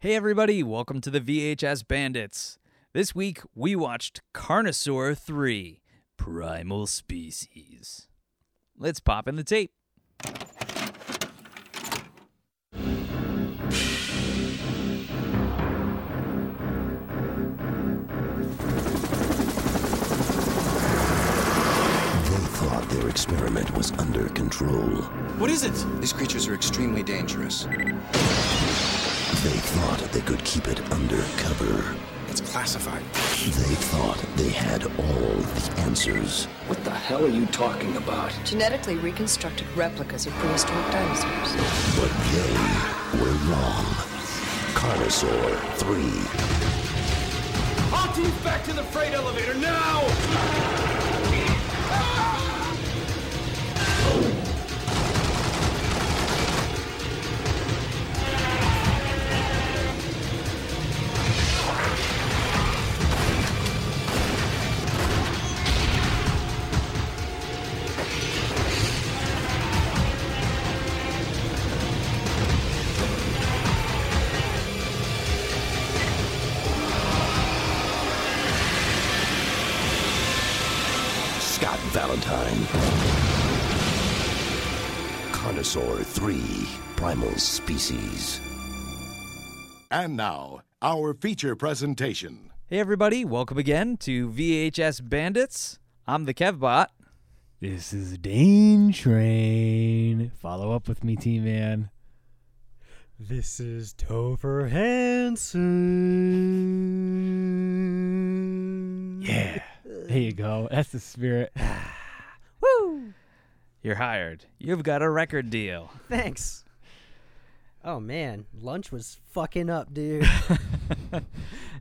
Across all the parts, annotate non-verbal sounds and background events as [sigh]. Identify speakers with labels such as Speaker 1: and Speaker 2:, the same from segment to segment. Speaker 1: Hey everybody, welcome to the VHS Bandits. This week we watched Carnosaur 3 Primal Species. Let's pop in the tape.
Speaker 2: They thought their experiment was under control.
Speaker 3: What is it?
Speaker 4: These creatures are extremely dangerous.
Speaker 2: They thought they could keep it under cover.
Speaker 4: It's classified.
Speaker 2: They thought they had all the answers.
Speaker 5: What the hell are you talking about?
Speaker 6: genetically reconstructed replicas of prehistoric dinosaurs.
Speaker 2: But they were wrong. Carnosaur 3.
Speaker 3: All teams back to the freight elevator now!
Speaker 2: Scott Valentine. Carnosaur 3. Primal Species.
Speaker 7: And now, our feature presentation.
Speaker 1: Hey everybody, welcome again to VHS Bandits. I'm the Kevbot.
Speaker 8: This is Dane Train. Follow up with me, T Man. This is Topher Hansen. Yeah. There you go. That's the spirit.
Speaker 1: You're hired. You've got a record deal.
Speaker 9: [laughs] Thanks. Oh man, lunch was fucking up, dude.
Speaker 1: I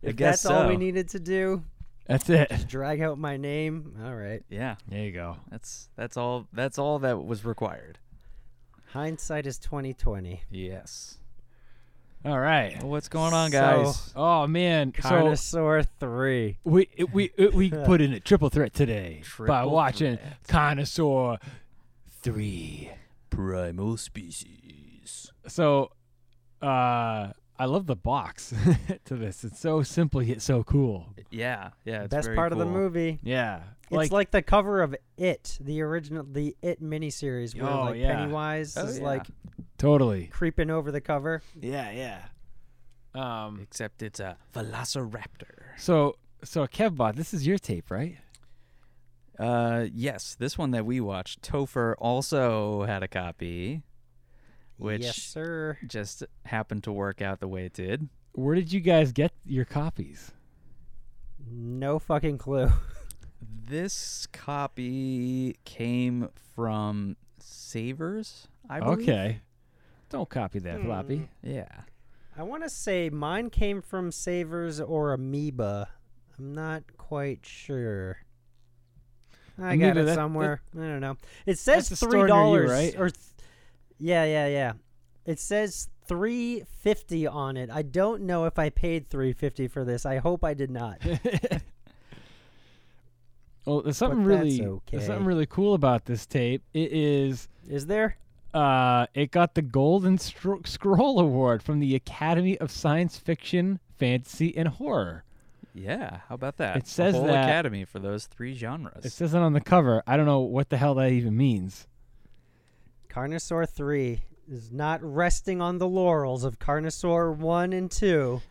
Speaker 9: if
Speaker 1: [laughs] guess
Speaker 9: that's all we
Speaker 1: so.
Speaker 9: needed to do,
Speaker 8: That's it.
Speaker 9: drag out my name. All right.
Speaker 1: Yeah,
Speaker 8: There you go.
Speaker 1: that's that's all that's all that was required.
Speaker 9: Hindsight is twenty twenty.
Speaker 1: Yes.
Speaker 8: All right.
Speaker 1: Well, what's going on, guys?
Speaker 8: Oh man. So
Speaker 9: Carnosaur three.
Speaker 8: we it, we it, we put in a [laughs] triple threat today by
Speaker 1: Triple
Speaker 8: watching Connoisseur 3.
Speaker 1: Primal Species.
Speaker 8: so uh I love the box [laughs] to this. It's so simple yet so cool.
Speaker 1: Yeah, yeah. It's
Speaker 9: Best
Speaker 1: very
Speaker 9: part of the
Speaker 1: cool.
Speaker 9: movie.
Speaker 8: Yeah.
Speaker 9: it's like the cover of It, the original, the It miniseries, where
Speaker 8: Oh,
Speaker 9: like
Speaker 8: yeah.
Speaker 9: Pennywise
Speaker 1: Oh,
Speaker 9: is
Speaker 1: yeah.
Speaker 9: like
Speaker 8: totally.
Speaker 9: creeping over the cover.
Speaker 8: Yeah, yeah. Um
Speaker 1: Except it's a Velociraptor.
Speaker 8: so so Kevbot, this is your tape, right?
Speaker 1: Uh, yes, this one that we watched, Topher also had a copy, which
Speaker 9: yes, sir.
Speaker 1: just happened to work out the way it did.
Speaker 8: Where did you guys get your copies?
Speaker 9: No fucking clue. [laughs]
Speaker 1: This copy came from Savers, I believe.
Speaker 8: Okay. Don't copy
Speaker 9: Hmm.
Speaker 8: that floppy.
Speaker 1: Yeah.
Speaker 9: I want to say mine came from Savers or Amoeba. I'm not quite sure. I got
Speaker 8: Amoeba,
Speaker 9: it
Speaker 8: that-
Speaker 9: somewhere. I don't know. It says
Speaker 8: That's a store
Speaker 9: three
Speaker 8: near you,
Speaker 9: dollars,
Speaker 8: right?
Speaker 9: Or th- yeah, yeah, yeah. It says three fifty on it. I don't know if I paid three fifty for this. I hope I
Speaker 8: [laughs]
Speaker 9: did not.
Speaker 8: Well, there's something
Speaker 9: But that's
Speaker 8: really
Speaker 9: okay.
Speaker 8: there's something really cool about this tape. It is
Speaker 9: Is there?
Speaker 8: uh, it got the Golden Stro- Scroll Award from the Academy of Science Fiction, Fantasy, and Horror.
Speaker 1: Yeah. How about that?
Speaker 8: It says
Speaker 1: the whole
Speaker 8: that-
Speaker 1: academy for those three genres.
Speaker 8: It says it on the cover. I don't know what the hell that even means.
Speaker 9: Carnosaur three is not resting on the laurels of Carnosaur one
Speaker 8: [laughs]
Speaker 9: and two.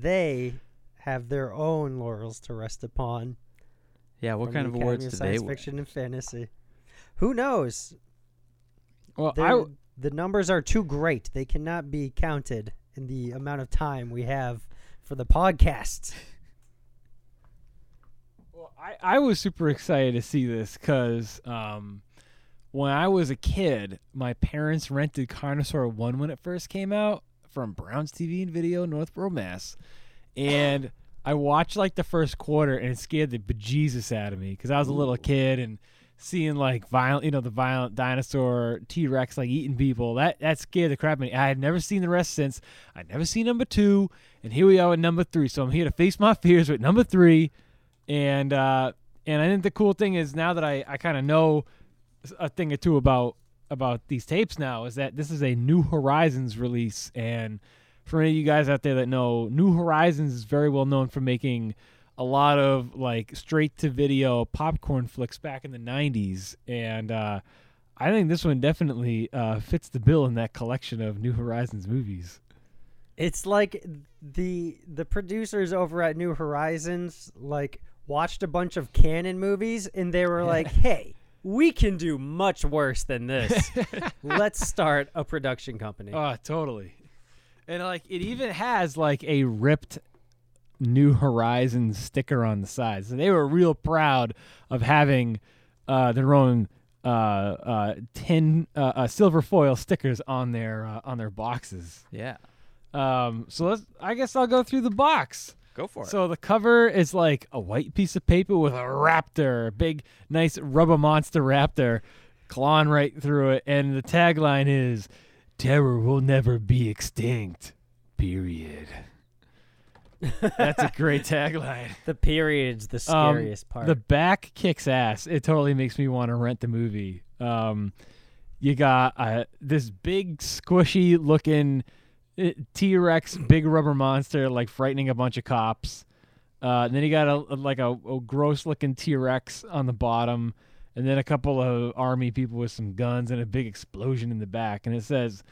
Speaker 9: they have their own laurels to rest upon.
Speaker 1: yeah. What
Speaker 9: from
Speaker 1: kind
Speaker 9: the
Speaker 1: of
Speaker 9: Academy
Speaker 1: awards
Speaker 9: of
Speaker 1: do they
Speaker 9: Science
Speaker 1: win?
Speaker 9: fiction and fantasy. Who knows?
Speaker 1: Oh,
Speaker 8: Well,
Speaker 9: They're-
Speaker 8: I w-
Speaker 9: the numbers are too great. They cannot be counted in the amount of time we have for the
Speaker 1: [laughs]
Speaker 9: podcast.
Speaker 8: Well, I, I was super excited to see this because um, when I was a kid, my parents rented Carnosaur 1 when it first came out from Browns TV and Video, Northborough, Mass. And I watched like the first quarter and it scared the bejesus out of me because I was a little kid and seeing like violent, you know, the violent dinosaur T Rex like eating people. That that scared the crap out of me. I had never seen the rest since. I never seen number two, and here we are with number three. So I'm here to face my fears with number three, and uh, and I think the cool thing is now that I I kind of know a thing or two about about these tapes now is that this is a New Horizons release and. for any of you guys out there that know, New Horizons is very well known for making a lot of like straight to video popcorn flicks back in the 90s. And uh, I think this one definitely uh, fits the bill in that collection of New Horizons movies.
Speaker 9: It's like the the producers over at New Horizons like watched a bunch of canon movies and they were like, "Hey, we can do much worse
Speaker 1: [laughs]
Speaker 9: than this. Let's start a production company."
Speaker 1: Uh,
Speaker 8: Oh, totally. And like it even has like a ripped New Horizons sticker on the side. So they were real proud of having uh, their own uh, uh, tin uh, uh, silver foil stickers on their uh, on their boxes.
Speaker 1: Yeah.
Speaker 8: Um, so let's, I guess I'll go through the box.
Speaker 1: Go for it.
Speaker 8: So the cover is like a white piece of paper with a raptor, a big, nice rubber monster raptor, clawing right through it, and the tagline is, "Terror will never be extinct."
Speaker 1: [laughs]
Speaker 8: Period. That's a great tagline.
Speaker 9: The period's the
Speaker 8: Um,
Speaker 9: scariest part.
Speaker 8: The back kicks ass. It totally makes me want to rent the movie. Um, you got uh, this big, squishy looking T Rex, big rubber monster, like frightening a bunch of cops. Uh, and then you got a, a- like a, a gross looking T Rex on the bottom, and then a couple of army people with some guns and a big explosion in the back. And it says,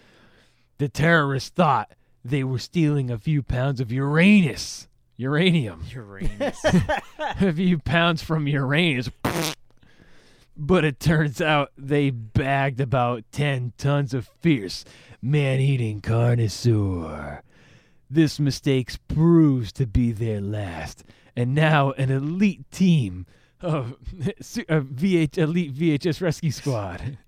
Speaker 8: "The terrorists thought they were stealing a few pounds of Uranus, uranium." [laughs] a few pounds from Uranus. But it turns out they bagged about 10 tons of fierce, man eating carnivore. This mistake proves to be their last, and now an elite team of [laughs] su- of VH, elite VHS rescue squad.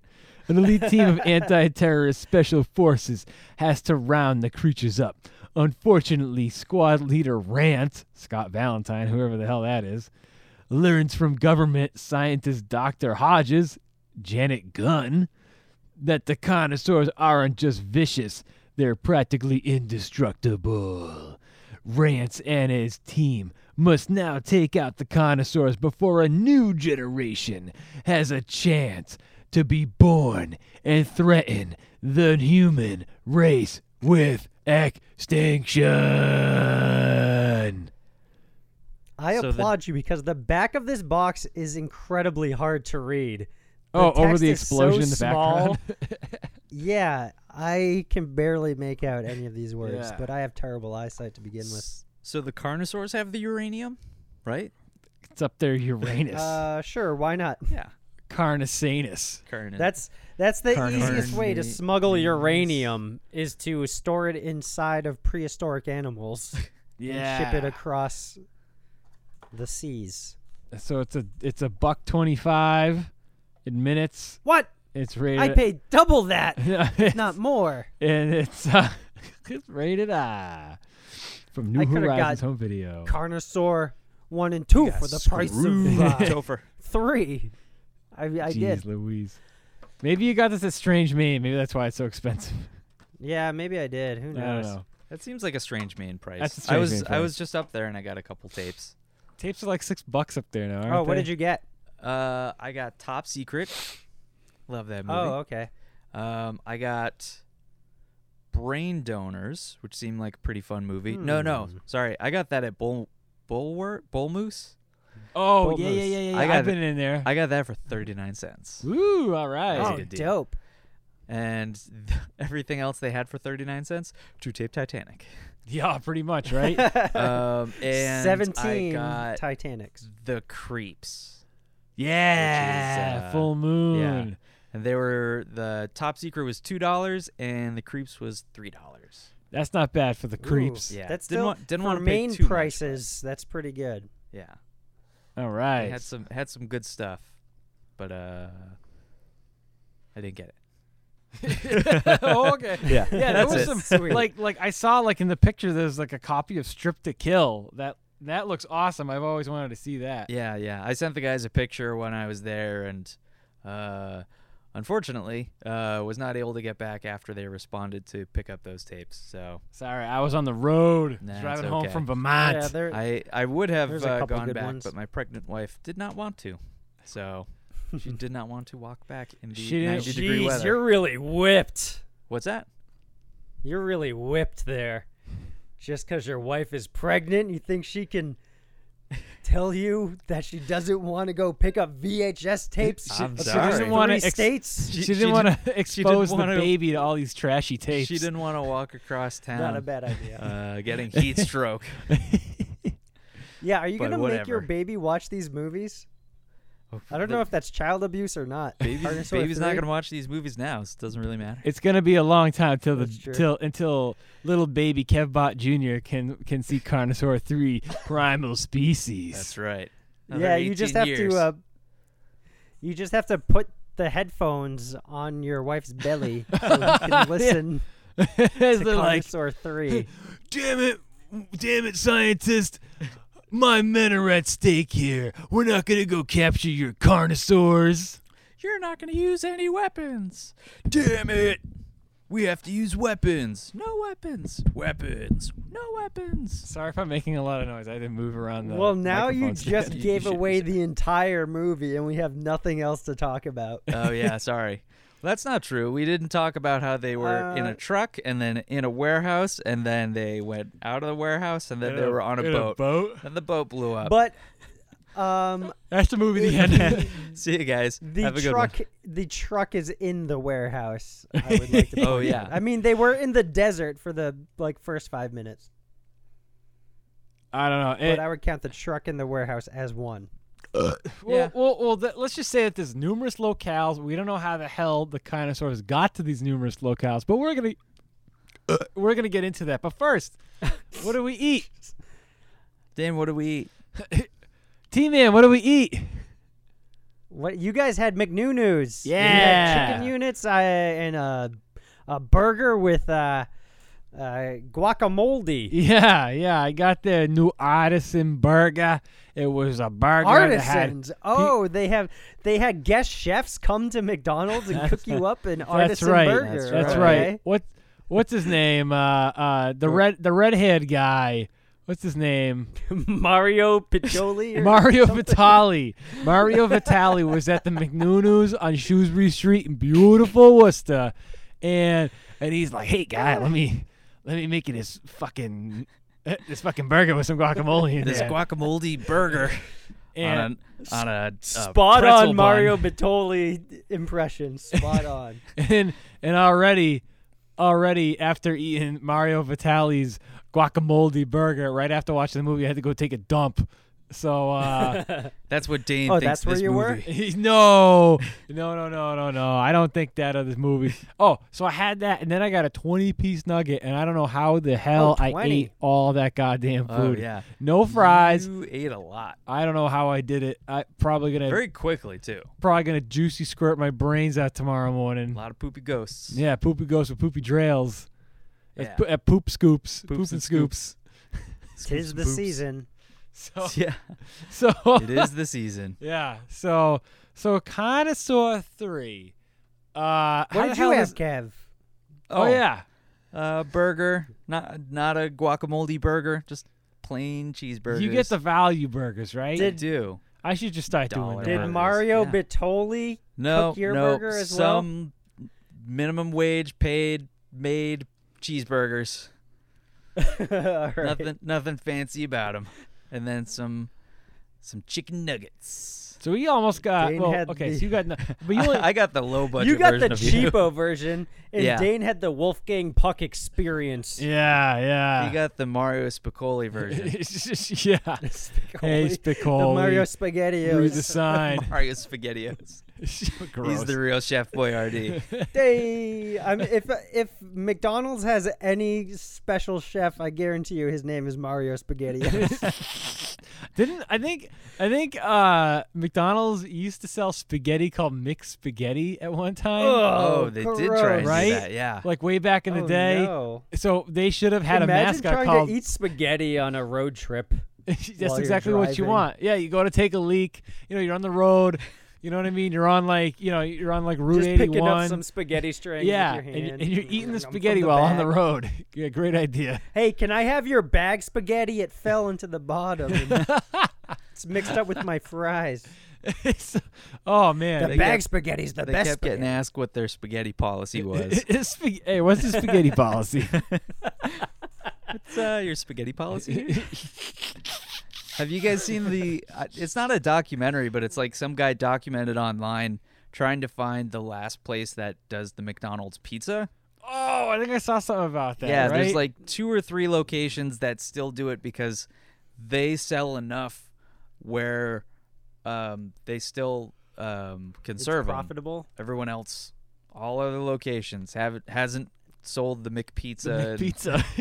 Speaker 8: An elite team of anti terrorist special forces has to round the creatures up. Unfortunately, squad leader Rant, Scott Valentine, whoever the hell that is, learns from government scientist Dr. Hodges, Janet Gunn, that the connoisseurs aren't just vicious, they're practically indestructible. Rance and his team must now take out the connoisseurs before a new generation has a chance to be born and threaten the human race with extinction.
Speaker 9: I
Speaker 1: So the-
Speaker 9: applaud you because the back of this box is incredibly hard to read.
Speaker 8: oh, over
Speaker 9: text
Speaker 8: the
Speaker 9: is so
Speaker 8: explosion in the
Speaker 9: small.
Speaker 8: background. [laughs]
Speaker 9: Yeah, I can barely make out any of these words,
Speaker 8: Yeah.
Speaker 9: but I have terrible eyesight to begin with.
Speaker 1: So the carnosaurs have the uranium, right?
Speaker 8: it's up there, [laughs] Uranus.
Speaker 9: Uh, sure, why not?
Speaker 1: Yeah.
Speaker 8: Carnicinus.
Speaker 1: Carn-
Speaker 9: That's that's the
Speaker 8: Carnivores.
Speaker 9: easiest way to smuggle uranium is to store it inside of
Speaker 8: [laughs]
Speaker 9: prehistoric animals and ship it across the seas.
Speaker 8: So it's a it's a buck twenty five in minutes.
Speaker 9: What?
Speaker 8: It's rated.
Speaker 9: I paid double that,
Speaker 8: [laughs]
Speaker 9: [laughs]
Speaker 8: it's,
Speaker 9: not more.
Speaker 8: and it's uh, it's rated I from New
Speaker 9: I coulda
Speaker 8: Horizons
Speaker 9: got
Speaker 8: home video.
Speaker 9: Carnosaur one and two for the price of uh,
Speaker 1: [laughs] Topher.
Speaker 9: [laughs] three. I, I
Speaker 8: Jeez,
Speaker 9: did.
Speaker 8: Louise. Maybe you got this at Strange Maine. Maybe that's why it's so expensive.
Speaker 9: Yeah, maybe I did. Who
Speaker 8: I
Speaker 9: knows?
Speaker 8: don't know.
Speaker 1: That seems like a strange main price.
Speaker 8: That's a
Speaker 1: I
Speaker 8: strange
Speaker 1: was
Speaker 8: main
Speaker 1: I
Speaker 8: price.
Speaker 1: was just up there and I got a couple tapes.
Speaker 8: Tapes are like six bucks up there now.
Speaker 9: Oh, what did you get?
Speaker 1: Uh, I got Top Secret. Love that movie.
Speaker 9: Oh, okay.
Speaker 1: Um, I got Brain Donors, which seemed like a pretty fun movie. No,
Speaker 8: Hmm.
Speaker 1: no, sorry, I got that at Bull Bullwort Bull Moose.
Speaker 8: Oh,
Speaker 9: Bold
Speaker 8: yeah, yeah,
Speaker 9: moves.
Speaker 8: yeah, yeah.
Speaker 1: I
Speaker 8: I
Speaker 1: got
Speaker 8: have
Speaker 1: it.
Speaker 8: been in there.
Speaker 1: I got that for thirty nine cents,
Speaker 8: Ooh, all right.
Speaker 1: That's a
Speaker 9: Oh,
Speaker 1: good deal.
Speaker 9: dope.
Speaker 1: and [laughs] th- everything else they had for thirty nine cents. True tape
Speaker 8: [laughs]
Speaker 1: Titanic.
Speaker 8: Yeah, pretty much, right?
Speaker 9: [laughs]
Speaker 1: Um, and
Speaker 9: Seventeen
Speaker 1: I got
Speaker 9: Titanics.
Speaker 1: the Creeps.
Speaker 8: yeah,
Speaker 1: uh,
Speaker 8: full moon.
Speaker 1: Yeah, and they were the Top Secret was two dollars, and the Creeps was three dollars.
Speaker 8: That's not bad for the creeps.
Speaker 1: yeah.
Speaker 9: That's
Speaker 1: Didn't
Speaker 9: still
Speaker 1: want- didn't
Speaker 9: for
Speaker 1: wanna pay
Speaker 9: main
Speaker 1: too much for it.
Speaker 9: prices. That's pretty good.
Speaker 1: Yeah,
Speaker 8: All
Speaker 1: I
Speaker 8: right.
Speaker 1: had some had some good stuff, but uh, I didn't get it.
Speaker 9: [laughs]
Speaker 8: [laughs] oh, okay. Yeah, yeah. That
Speaker 1: That's
Speaker 8: was
Speaker 1: it. [laughs]
Speaker 8: some
Speaker 1: Sweet.
Speaker 8: like like I saw like in the picture. There's like a copy of Strip to Kill. That that looks awesome. I've always wanted to see that.
Speaker 1: Yeah, yeah. I sent the guys a picture when I was there, and uh, unfortunately, uh, was not able to get back after they responded to pick up those tapes. So
Speaker 8: Sorry, I was on the road
Speaker 1: Nah, it's
Speaker 8: driving home
Speaker 1: okay.
Speaker 8: from Vermont.
Speaker 9: Yeah, they're
Speaker 1: I I would have
Speaker 9: There's a
Speaker 1: uh,
Speaker 9: couple
Speaker 1: gone
Speaker 9: good
Speaker 1: back,
Speaker 9: ones.
Speaker 1: but my pregnant wife did not want to. So
Speaker 9: [laughs]
Speaker 1: she did not want to walk back in the
Speaker 8: She didn't-
Speaker 1: 90 degree weather.
Speaker 9: really whipped.
Speaker 1: What's that?
Speaker 9: You're really whipped there. Just because your wife is pregnant, you think she can tell you that she doesn't want to go pick up VHS tapes
Speaker 1: I'm
Speaker 9: of
Speaker 1: sorry. She doesn't
Speaker 9: three
Speaker 8: wanna ex-
Speaker 9: states?
Speaker 8: She,
Speaker 1: she
Speaker 8: didn't
Speaker 1: did- [laughs]
Speaker 8: want
Speaker 1: she
Speaker 8: to
Speaker 1: didn't
Speaker 8: expose the
Speaker 1: wanna-
Speaker 8: baby to all these trashy tapes.
Speaker 1: She didn't want to walk across town.
Speaker 9: [laughs] Not a bad idea. [laughs]
Speaker 1: Uh, getting heat stroke.
Speaker 9: yeah, are you
Speaker 1: but
Speaker 9: gonna make your
Speaker 1: whatever.
Speaker 9: baby watch these movies? [laughs] I don't know if that's child abuse or not.
Speaker 1: Baby's,
Speaker 9: Carnosaur
Speaker 1: baby's not
Speaker 9: three?
Speaker 1: gonna watch these movies now, so it doesn't really matter.
Speaker 8: [laughs] It's gonna be a long time till the
Speaker 9: That's true.
Speaker 8: till until little baby Kevbot Jr. can can see Carnosaur three primal species.
Speaker 1: That's
Speaker 8: [laughs]
Speaker 1: right.
Speaker 9: yeah, you just have to. Uh, you just have to put the headphones on your wife's belly so
Speaker 1: [laughs]
Speaker 9: you can listen
Speaker 8: As
Speaker 9: to
Speaker 8: they're like,
Speaker 9: Carnosaur Three.
Speaker 8: damn it, damn it, scientist. My men are at stake here. We're not gonna go capture your carnosaurs.
Speaker 1: You're not gonna use any weapons. Damn it! We have to use weapons. No weapons. Weapons. No weapons.
Speaker 8: Sorry if I'm making a lot of noise. I didn't move around the
Speaker 9: Well, now you
Speaker 8: microphone
Speaker 1: [laughs]
Speaker 9: just
Speaker 8: stand. [laughs]
Speaker 9: gave
Speaker 1: should be
Speaker 9: away the entire movie, and we have nothing else to talk about.
Speaker 1: Oh yeah, sorry. That's not true. We didn't talk about how they were in
Speaker 9: Uh,
Speaker 1: a truck and then in a warehouse and then they went out of the warehouse and then they were on a
Speaker 8: In
Speaker 1: boat. And the boat blew up.
Speaker 9: But um,
Speaker 8: That's the movie. The end.
Speaker 9: [laughs]
Speaker 1: See you guys.
Speaker 9: the
Speaker 1: Have a good
Speaker 9: truck,
Speaker 1: one.
Speaker 9: the truck is in
Speaker 1: [laughs]
Speaker 9: the warehouse. I would like to. point
Speaker 1: Oh,
Speaker 9: out.
Speaker 1: yeah.
Speaker 9: I mean, they were in the desert for the like first five minutes,
Speaker 8: I don't know.
Speaker 1: Eh.
Speaker 8: Eh, It-
Speaker 9: but I would count the truck in the warehouse as one.
Speaker 8: Well,
Speaker 1: Yeah.
Speaker 8: well, well th- let's just say that there's numerous locales. We don't know how the hell the dinosaurs got to these numerous locales, but we're gonna
Speaker 9: Uh.
Speaker 8: we're gonna get into that. But
Speaker 9: [laughs]
Speaker 8: first, what do we eat,
Speaker 1: Dan, what do we eat?
Speaker 8: T Man? What do we eat?
Speaker 9: What you guys had McNoo-Noos. We had
Speaker 8: Yeah.
Speaker 9: chicken units uh, and a a burger with uh, uh, guacamole.
Speaker 8: Yeah, yeah, I got the new artisan burger. It was a burger that had
Speaker 9: Artisans. Oh, they have they had guest chefs come to McDonald's and cook you up
Speaker 8: [laughs]
Speaker 9: an
Speaker 8: That's
Speaker 9: artisan
Speaker 8: right.
Speaker 9: burger.
Speaker 8: That's, right. [laughs]
Speaker 9: okay?
Speaker 8: What what's his name? Uh, uh, the red the redhead guy. What's his name?
Speaker 9: Mario Piccioli.
Speaker 8: [laughs]
Speaker 9: or- [laughs]
Speaker 8: Mario Vitali. Mario Vitali was at the McNunu's on Shrewsbury Street in beautiful Worcester, and and he's like, "Hey, guy, let me let me make you this fucking eh, this fucking burger with some guacamole in
Speaker 1: This
Speaker 8: there."
Speaker 1: guacamole burger
Speaker 8: and
Speaker 1: on a, on a, uh, a
Speaker 9: Spot
Speaker 8: pretzel
Speaker 9: on
Speaker 8: bun.
Speaker 9: Mario Batoli
Speaker 8: [laughs]
Speaker 9: impression. Spot on.
Speaker 8: and and already already after eating Mario Vitali's guacamole burger, right after watching the movie, I had to go take a dump.
Speaker 1: [laughs]
Speaker 8: So uh, [laughs]
Speaker 1: That's what Dane
Speaker 9: Oh,
Speaker 1: thinks
Speaker 9: that's where
Speaker 1: this
Speaker 9: you were?
Speaker 1: movie-
Speaker 8: He- no, no, no, no, no, no. I don't think that of this movie. Oh, so I had that, and then I got a twenty-piece nugget, and I don't know how the hell I
Speaker 9: 20.
Speaker 8: ate all that goddamn
Speaker 1: Oh
Speaker 8: food.
Speaker 1: yeah.
Speaker 8: No fries.
Speaker 1: You ate a lot.
Speaker 8: I don't know how I did it. I probably gonna
Speaker 1: Very quickly too.
Speaker 8: probably gonna juicy squirt my brains out tomorrow
Speaker 1: A
Speaker 8: morning.
Speaker 1: lot of poopy ghosts.
Speaker 8: Yeah, poopy goes with poopy drails.
Speaker 1: Yeah.
Speaker 8: At, po- at uh, poop scoops,
Speaker 1: Poops
Speaker 8: poops
Speaker 1: and
Speaker 8: and scoops.
Speaker 9: Tis the
Speaker 1: Poops.
Speaker 9: season.
Speaker 8: So,
Speaker 1: [laughs] Yeah.
Speaker 8: so [laughs]
Speaker 1: It is the season.
Speaker 8: yeah. So so connoisseur three. Uh, how
Speaker 9: What
Speaker 8: the
Speaker 9: did
Speaker 8: hell
Speaker 9: you have,
Speaker 8: is-
Speaker 9: Kev?
Speaker 8: oh yeah.
Speaker 1: Uh, burger. Not not a guacamole burger, just plain cheeseburgers.
Speaker 8: You get the value burgers, right?
Speaker 1: I do.
Speaker 8: I should just start
Speaker 1: Dollar
Speaker 8: doing
Speaker 9: Did
Speaker 1: burgers,
Speaker 8: that.
Speaker 9: Mario
Speaker 1: yeah.
Speaker 9: Batoli?
Speaker 1: No,
Speaker 9: Cook your
Speaker 1: no.
Speaker 9: burger as well?
Speaker 1: some minimum wage paid made cheeseburgers.
Speaker 9: [laughs] All right.
Speaker 1: Nothing nothing fancy about them. And then some some chicken nuggets.
Speaker 8: So we almost got.
Speaker 9: Dane
Speaker 8: Well,
Speaker 9: had
Speaker 8: okay,
Speaker 9: the-
Speaker 8: so you got. No, but you only,
Speaker 1: [laughs] I, I got the low budget
Speaker 9: You got the
Speaker 1: version of you.
Speaker 9: cheapo version, and
Speaker 1: Yeah.
Speaker 9: Dane had the Wolfgang Puck
Speaker 8: [laughs]
Speaker 9: experience. [laughs]
Speaker 8: yeah,
Speaker 1: [laughs]
Speaker 8: yeah. [laughs]
Speaker 1: You got the Mario Spicoli version. [laughs]
Speaker 8: It's just- yeah. Hey,
Speaker 9: Spicoli.
Speaker 8: Spicoli.
Speaker 9: The Mario
Speaker 8: Read the
Speaker 9: Spaghettios.
Speaker 8: sign.
Speaker 1: Mario Spaghettios.
Speaker 8: Gross.
Speaker 1: [laughs] He's the real Chef
Speaker 9: [laughs]
Speaker 1: Boyardee.
Speaker 9: Hey, I'm, if if McDonald's has any special chef, I guarantee you his name is Mario
Speaker 8: [laughs]
Speaker 9: Spaghettios.
Speaker 8: Didn't I think? I think uh, McDonald's used to sell spaghetti called mixed spaghetti at one time.
Speaker 1: oh, they did try and
Speaker 9: gross.
Speaker 1: do
Speaker 8: Right?
Speaker 1: that. Yeah.
Speaker 8: Like way back in the
Speaker 9: [laughs] Oh,
Speaker 8: day.
Speaker 9: no.
Speaker 8: So they should have had
Speaker 9: Imagine
Speaker 8: a mascot
Speaker 9: trying
Speaker 8: called
Speaker 9: to eat spaghetti on a road trip. while
Speaker 8: [laughs] That's
Speaker 9: you're
Speaker 8: exactly what you
Speaker 9: driving.
Speaker 8: want. Yeah, you go to take a leak. You know, you're on the road. You know what I mean? You're on like, you know, you're on like Route
Speaker 9: Just picking
Speaker 8: 81.
Speaker 9: up some spaghetti strings
Speaker 8: yeah,
Speaker 9: with your
Speaker 8: and,
Speaker 9: hand.
Speaker 8: y- and you're eating the
Speaker 9: From
Speaker 8: spaghetti while on the
Speaker 9: bag.
Speaker 8: road. [laughs] yeah, great idea. [laughs]
Speaker 9: Hey, can I have your bag spaghetti? It fell into
Speaker 8: [laughs]
Speaker 9: the bottom. and it's mixed up with my fries.
Speaker 8: So- oh man,
Speaker 9: The
Speaker 1: They
Speaker 9: bag
Speaker 1: kept-
Speaker 9: spaghetti's the
Speaker 1: They
Speaker 9: best.
Speaker 1: kept getting
Speaker 9: spaghetti.
Speaker 1: asked
Speaker 8: [laughs]
Speaker 1: what their spaghetti policy was.
Speaker 9: [laughs]
Speaker 8: It's spag- hey, what's the spaghetti policy?
Speaker 1: What's uh, your spaghetti policy? here? Have you guys seen the? Uh, it's not a documentary, but it's like some guy documented online trying to find the last place that does the McDonald's pizza.
Speaker 8: Oh, I think I saw something about that.
Speaker 1: yeah, there's
Speaker 8: right?
Speaker 1: like two or three locations that still do it because they sell enough where um, they still um, can
Speaker 9: It's
Speaker 1: serve 'em.
Speaker 9: profitable.
Speaker 1: Everyone else, all other locations have it hasn't sold the McPizza.
Speaker 8: [laughs] The
Speaker 1: and-
Speaker 8: pizza. [laughs]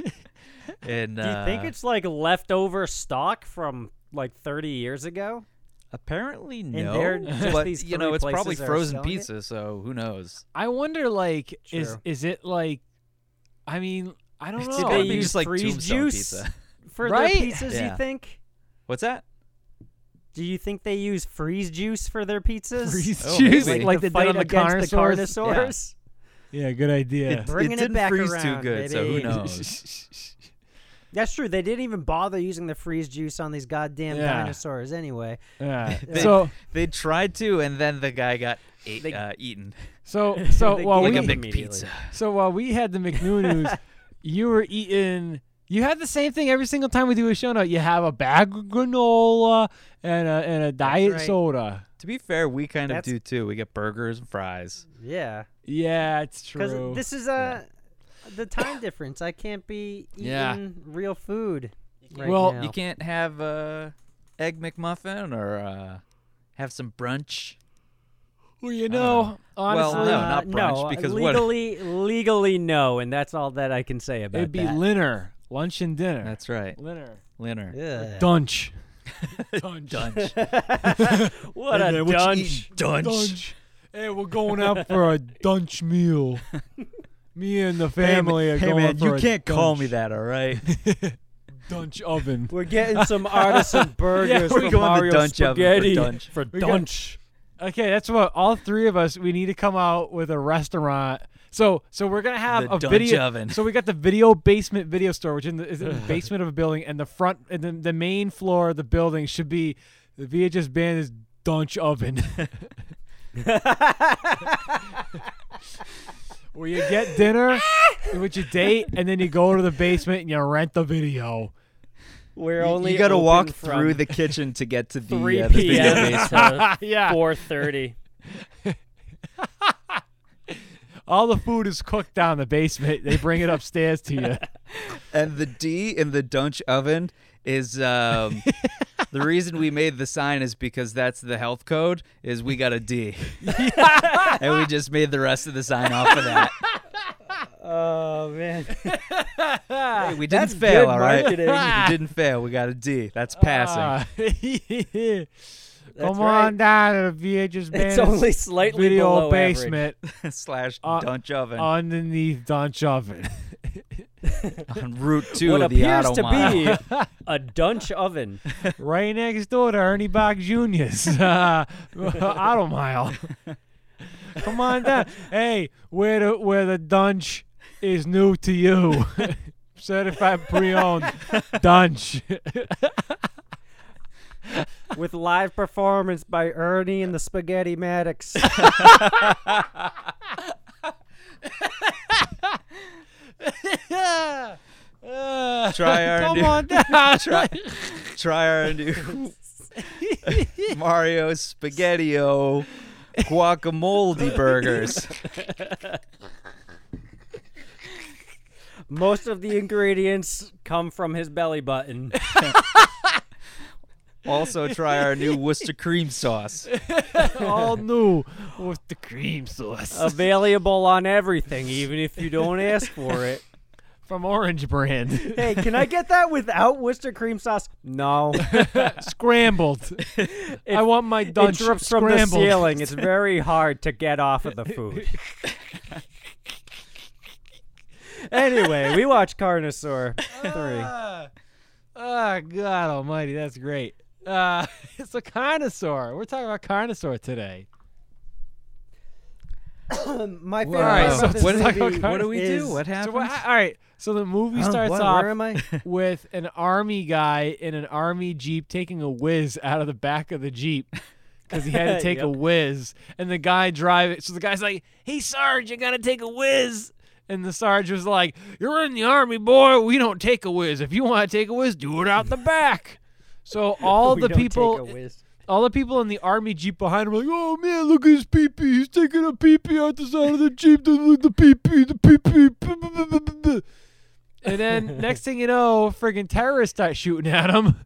Speaker 1: And,
Speaker 9: Do you think
Speaker 1: uh,
Speaker 9: it's like leftover stock from like 30 years ago?
Speaker 1: apparently no? [laughs]
Speaker 9: they're just
Speaker 1: but
Speaker 9: these
Speaker 1: you know,
Speaker 9: three
Speaker 1: it's probably
Speaker 9: places that are
Speaker 1: frozen
Speaker 9: selling it?
Speaker 1: pizza, so who knows?
Speaker 8: I wonder, like, is
Speaker 9: Sure.
Speaker 8: is it like? I mean, I don't
Speaker 9: Did
Speaker 8: know.
Speaker 9: they
Speaker 8: I mean,
Speaker 9: use
Speaker 1: just like
Speaker 9: freeze
Speaker 1: tombstone
Speaker 9: juice?
Speaker 1: pizza. [laughs]
Speaker 9: For
Speaker 8: Right?
Speaker 9: their pizzas,
Speaker 1: Yeah.
Speaker 9: you think?
Speaker 1: What's that?
Speaker 9: Do you think they use freeze juice for their pizzas?
Speaker 8: freeze
Speaker 1: Oh,
Speaker 8: juice
Speaker 1: maybe.
Speaker 8: like,
Speaker 9: Like,
Speaker 8: they did
Speaker 9: the fight
Speaker 8: on the
Speaker 9: against
Speaker 8: Carnosaurs?
Speaker 9: the
Speaker 1: Yeah.
Speaker 9: Carnosaurs?
Speaker 8: Yeah, good idea.
Speaker 9: Bringing
Speaker 1: it
Speaker 9: it
Speaker 1: didn't
Speaker 9: back
Speaker 1: freeze too
Speaker 9: around,
Speaker 1: good, so who
Speaker 8: [laughs]
Speaker 9: baby. [laughs]
Speaker 1: knows?
Speaker 9: That's true. They didn't even bother using the freeze juice on these goddamn
Speaker 8: Yeah.
Speaker 9: dinosaurs anyway.
Speaker 8: [laughs] Yeah.
Speaker 1: [laughs] They-
Speaker 8: so
Speaker 1: they tried to, and then the guy got ate,
Speaker 9: They- Oh,
Speaker 1: uh, eaten [laughs]
Speaker 8: so so
Speaker 9: They
Speaker 8: while
Speaker 1: like
Speaker 9: gave
Speaker 8: we
Speaker 1: a big
Speaker 9: immediately.
Speaker 1: pizza.
Speaker 8: so while we had the McNoo
Speaker 1: [laughs]
Speaker 8: you were eating. You had the same thing every single time we do a show note. You have a bag of granola and a and a diet
Speaker 9: right.
Speaker 8: soda.
Speaker 1: To be fair, we kind
Speaker 9: That's-
Speaker 1: of do too. We get burgers and fries.
Speaker 9: Yeah.
Speaker 8: Yeah, it's true.
Speaker 9: Because this is uh, the time [coughs] difference. I can't be eating
Speaker 8: Yeah.
Speaker 9: real food. right
Speaker 8: Well,
Speaker 9: now.
Speaker 1: You can't have uh, egg McMuffin or uh, have some brunch.
Speaker 8: well, you
Speaker 1: don't
Speaker 8: know, honestly,
Speaker 1: Well, no,
Speaker 9: Uh,
Speaker 1: not brunch,
Speaker 9: no,
Speaker 1: because what-
Speaker 9: legally, legally no, and that's all that I can say about
Speaker 8: it'd be
Speaker 9: that.
Speaker 8: dinner, lunch and dinner.
Speaker 1: That's right,
Speaker 8: dinner.
Speaker 1: Leonard.
Speaker 9: Ugh.
Speaker 8: Dunch. Dunch.
Speaker 1: Dunch.
Speaker 9: what a dunch!
Speaker 1: Dunch.
Speaker 8: Dunch. Hey, we're going out for a dunch
Speaker 1: [laughs]
Speaker 8: meal. Me and the
Speaker 1: Hey,
Speaker 8: family
Speaker 1: man,
Speaker 8: are
Speaker 1: hey
Speaker 8: going
Speaker 1: man,
Speaker 8: for
Speaker 1: you
Speaker 8: a
Speaker 1: can't call
Speaker 8: dunch-
Speaker 1: me that, all right?
Speaker 8: Dunch oven.
Speaker 9: We're getting some [laughs] artisan burgers
Speaker 1: we're
Speaker 9: from
Speaker 1: going to
Speaker 9: Mario
Speaker 1: Dunch Oven for
Speaker 9: Spaghetti
Speaker 1: Dunch.
Speaker 9: for
Speaker 8: We got-
Speaker 9: dunch.
Speaker 8: Okay, that's what all three of us we need to come out with a restaurant. So so we're gonna have
Speaker 1: The
Speaker 8: a
Speaker 1: dunch
Speaker 8: video.
Speaker 1: oven.
Speaker 8: So we got the video basement video store, which in the, is in the
Speaker 1: [laughs]
Speaker 8: basement of a building, and the front and the, the main floor of the building should be the VHS band is dunch oven. [laughs] Where you get dinner with your date, and then you go to the basement and you rent the video.
Speaker 9: We're
Speaker 1: You,
Speaker 9: only
Speaker 1: got to
Speaker 9: open
Speaker 1: walk
Speaker 9: from
Speaker 1: through the kitchen to get to the,
Speaker 9: [laughs] 3
Speaker 1: uh, the video
Speaker 9: p.m.
Speaker 1: basement.
Speaker 9: [laughs] to
Speaker 8: Yeah,
Speaker 9: 4:30.
Speaker 8: all the food is cooked down in the basement. They bring it upstairs to you.
Speaker 1: And the D in the Dunch oven is
Speaker 9: [laughs]
Speaker 1: um, the reason we made the sign is because that's the health code is we got a
Speaker 9: [laughs]
Speaker 1: D, and we just made the rest of the sign off of
Speaker 9: [laughs]
Speaker 1: that.
Speaker 9: Oh [laughs] man,
Speaker 1: Hey, we didn't fail,
Speaker 9: good
Speaker 1: all right.
Speaker 9: marketing.
Speaker 1: we didn't fail. We got a D. That's passing. [laughs]
Speaker 8: [laughs] Ah. Come
Speaker 9: right.
Speaker 8: on down to the VHS band.
Speaker 9: it's only slightly
Speaker 8: video
Speaker 9: below average.
Speaker 8: basement
Speaker 1: Slash
Speaker 9: Ah.
Speaker 8: Uh,
Speaker 1: Dunch oven
Speaker 8: underneath Dunch Oven.
Speaker 1: on Route Two
Speaker 9: What
Speaker 1: of the
Speaker 9: appears
Speaker 1: auto
Speaker 9: to
Speaker 1: mile.
Speaker 9: be a dunch oven.
Speaker 8: right next door to Ernie Bach [laughs] Jr.'s uh, auto
Speaker 9: [laughs]
Speaker 8: mile. Come on down. Hey, where the where the Dunch is new to you. [laughs] Certified pre-owned
Speaker 9: [laughs]
Speaker 8: Dunch.
Speaker 9: with live performance by Ernie and the Spaghetti Maddox.
Speaker 1: Try our
Speaker 8: Come
Speaker 1: new-
Speaker 8: on
Speaker 1: [laughs]
Speaker 8: down.
Speaker 1: try, try our new [laughs] Mario Spaghettio guacamole burgers.
Speaker 9: Most of the ingredients come from his belly button.
Speaker 1: Also, try our new Worcester cream sauce.
Speaker 8: All new with the cream sauce
Speaker 9: Available on everything, even if you don't ask for it.
Speaker 8: from Orange
Speaker 9: [laughs]
Speaker 8: Brand.
Speaker 9: Hey, can I get that without Worcester cream sauce? No.
Speaker 8: [laughs] scrambled. I want my
Speaker 9: It
Speaker 8: dunch
Speaker 9: drips from the
Speaker 8: scrambled.
Speaker 1: [laughs]
Speaker 9: ceiling. It's very hard to get off of the food. anyway, we watch Carnosaur 3.
Speaker 8: Ah, ah, God Almighty, that's great. Uh, [laughs] it's a carnosaur. We're talking about carnosaur today.
Speaker 9: My favorite
Speaker 1: All right,
Speaker 9: part
Speaker 1: so
Speaker 9: [laughs] of this
Speaker 1: what,
Speaker 8: what-
Speaker 9: movie
Speaker 1: what do we
Speaker 9: is-
Speaker 1: do? What
Speaker 8: So
Speaker 1: happens?
Speaker 8: what, all right. So the movie
Speaker 9: Huh,
Speaker 8: starts
Speaker 9: what-
Speaker 8: off
Speaker 9: Where am I?
Speaker 8: [laughs] with an army guy in an army jeep taking a whiz out of the back of the jeep
Speaker 9: [laughs]
Speaker 8: because he had to take a
Speaker 9: Yep.
Speaker 8: whiz, and the guy driving. So the guy's like, "Hey Sarge, you gotta take a whiz." And the sergeant was like, "You're in the army, boy. We don't take a whiz. If you want to take a whiz, do it out the back." So
Speaker 9: [laughs]
Speaker 8: all
Speaker 9: We
Speaker 8: the
Speaker 9: don't take
Speaker 8: people,
Speaker 9: a whiz.
Speaker 8: all the people in the army jeep behind him were like, "Oh man, look at his pee pee. He's taking a pee pee out the side of the jeep. The look the pee pee, the pee pee." And
Speaker 9: [laughs]
Speaker 8: then next thing you know, friggin' terrorists start shooting at him,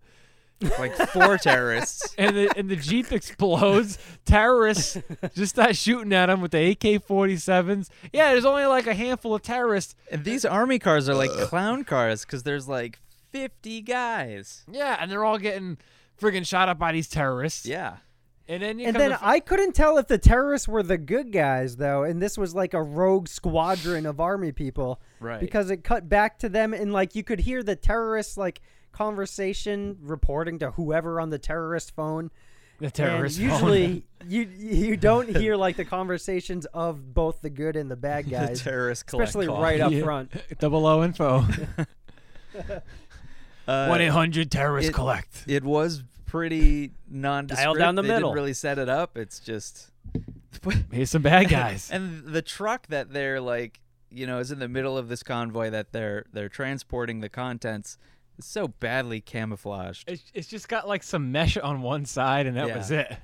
Speaker 1: like four terrorists.
Speaker 8: and the and the
Speaker 9: [laughs]
Speaker 8: jeep explodes. Terrorists just start shooting at him with the AK-47s. Yeah, there's only like a handful of terrorists.
Speaker 1: And these army cars are like clown cars because there's like 50 guys.
Speaker 8: Yeah, and they're all getting friggin' shot up by these terrorists.
Speaker 1: Yeah.
Speaker 8: and then you
Speaker 9: And
Speaker 8: come
Speaker 9: then
Speaker 8: to f-
Speaker 9: I couldn't tell if the terrorists were the good guys though, and this was like a rogue squadron of army people,
Speaker 1: Right.
Speaker 9: Because it cut back to them, and like you could hear the terrorists like conversation reporting to whoever on the terrorist phone.
Speaker 8: the terrorists
Speaker 9: and usually [laughs] you you don't hear like the conversations of both the good and [laughs] the bad
Speaker 1: The
Speaker 9: guys,
Speaker 1: terrorists collect
Speaker 9: especially
Speaker 1: coffee.
Speaker 9: right up front.
Speaker 8: [laughs] double O info.
Speaker 1: [laughs] Uh,
Speaker 8: One eight hundred terrorists
Speaker 1: it-
Speaker 8: collect.
Speaker 1: It was pretty nondescript.
Speaker 9: down the
Speaker 1: they
Speaker 9: middle.
Speaker 1: Didn't really set it up. It's just
Speaker 8: Here's
Speaker 1: [laughs]
Speaker 8: some bad guys.
Speaker 1: and the truck that they're like, you know, is in the middle of this convoy that they're they're transporting the contents. is so badly camouflaged.
Speaker 8: it's, it's just got like some mesh on one side, and that
Speaker 1: Yeah.
Speaker 8: was it.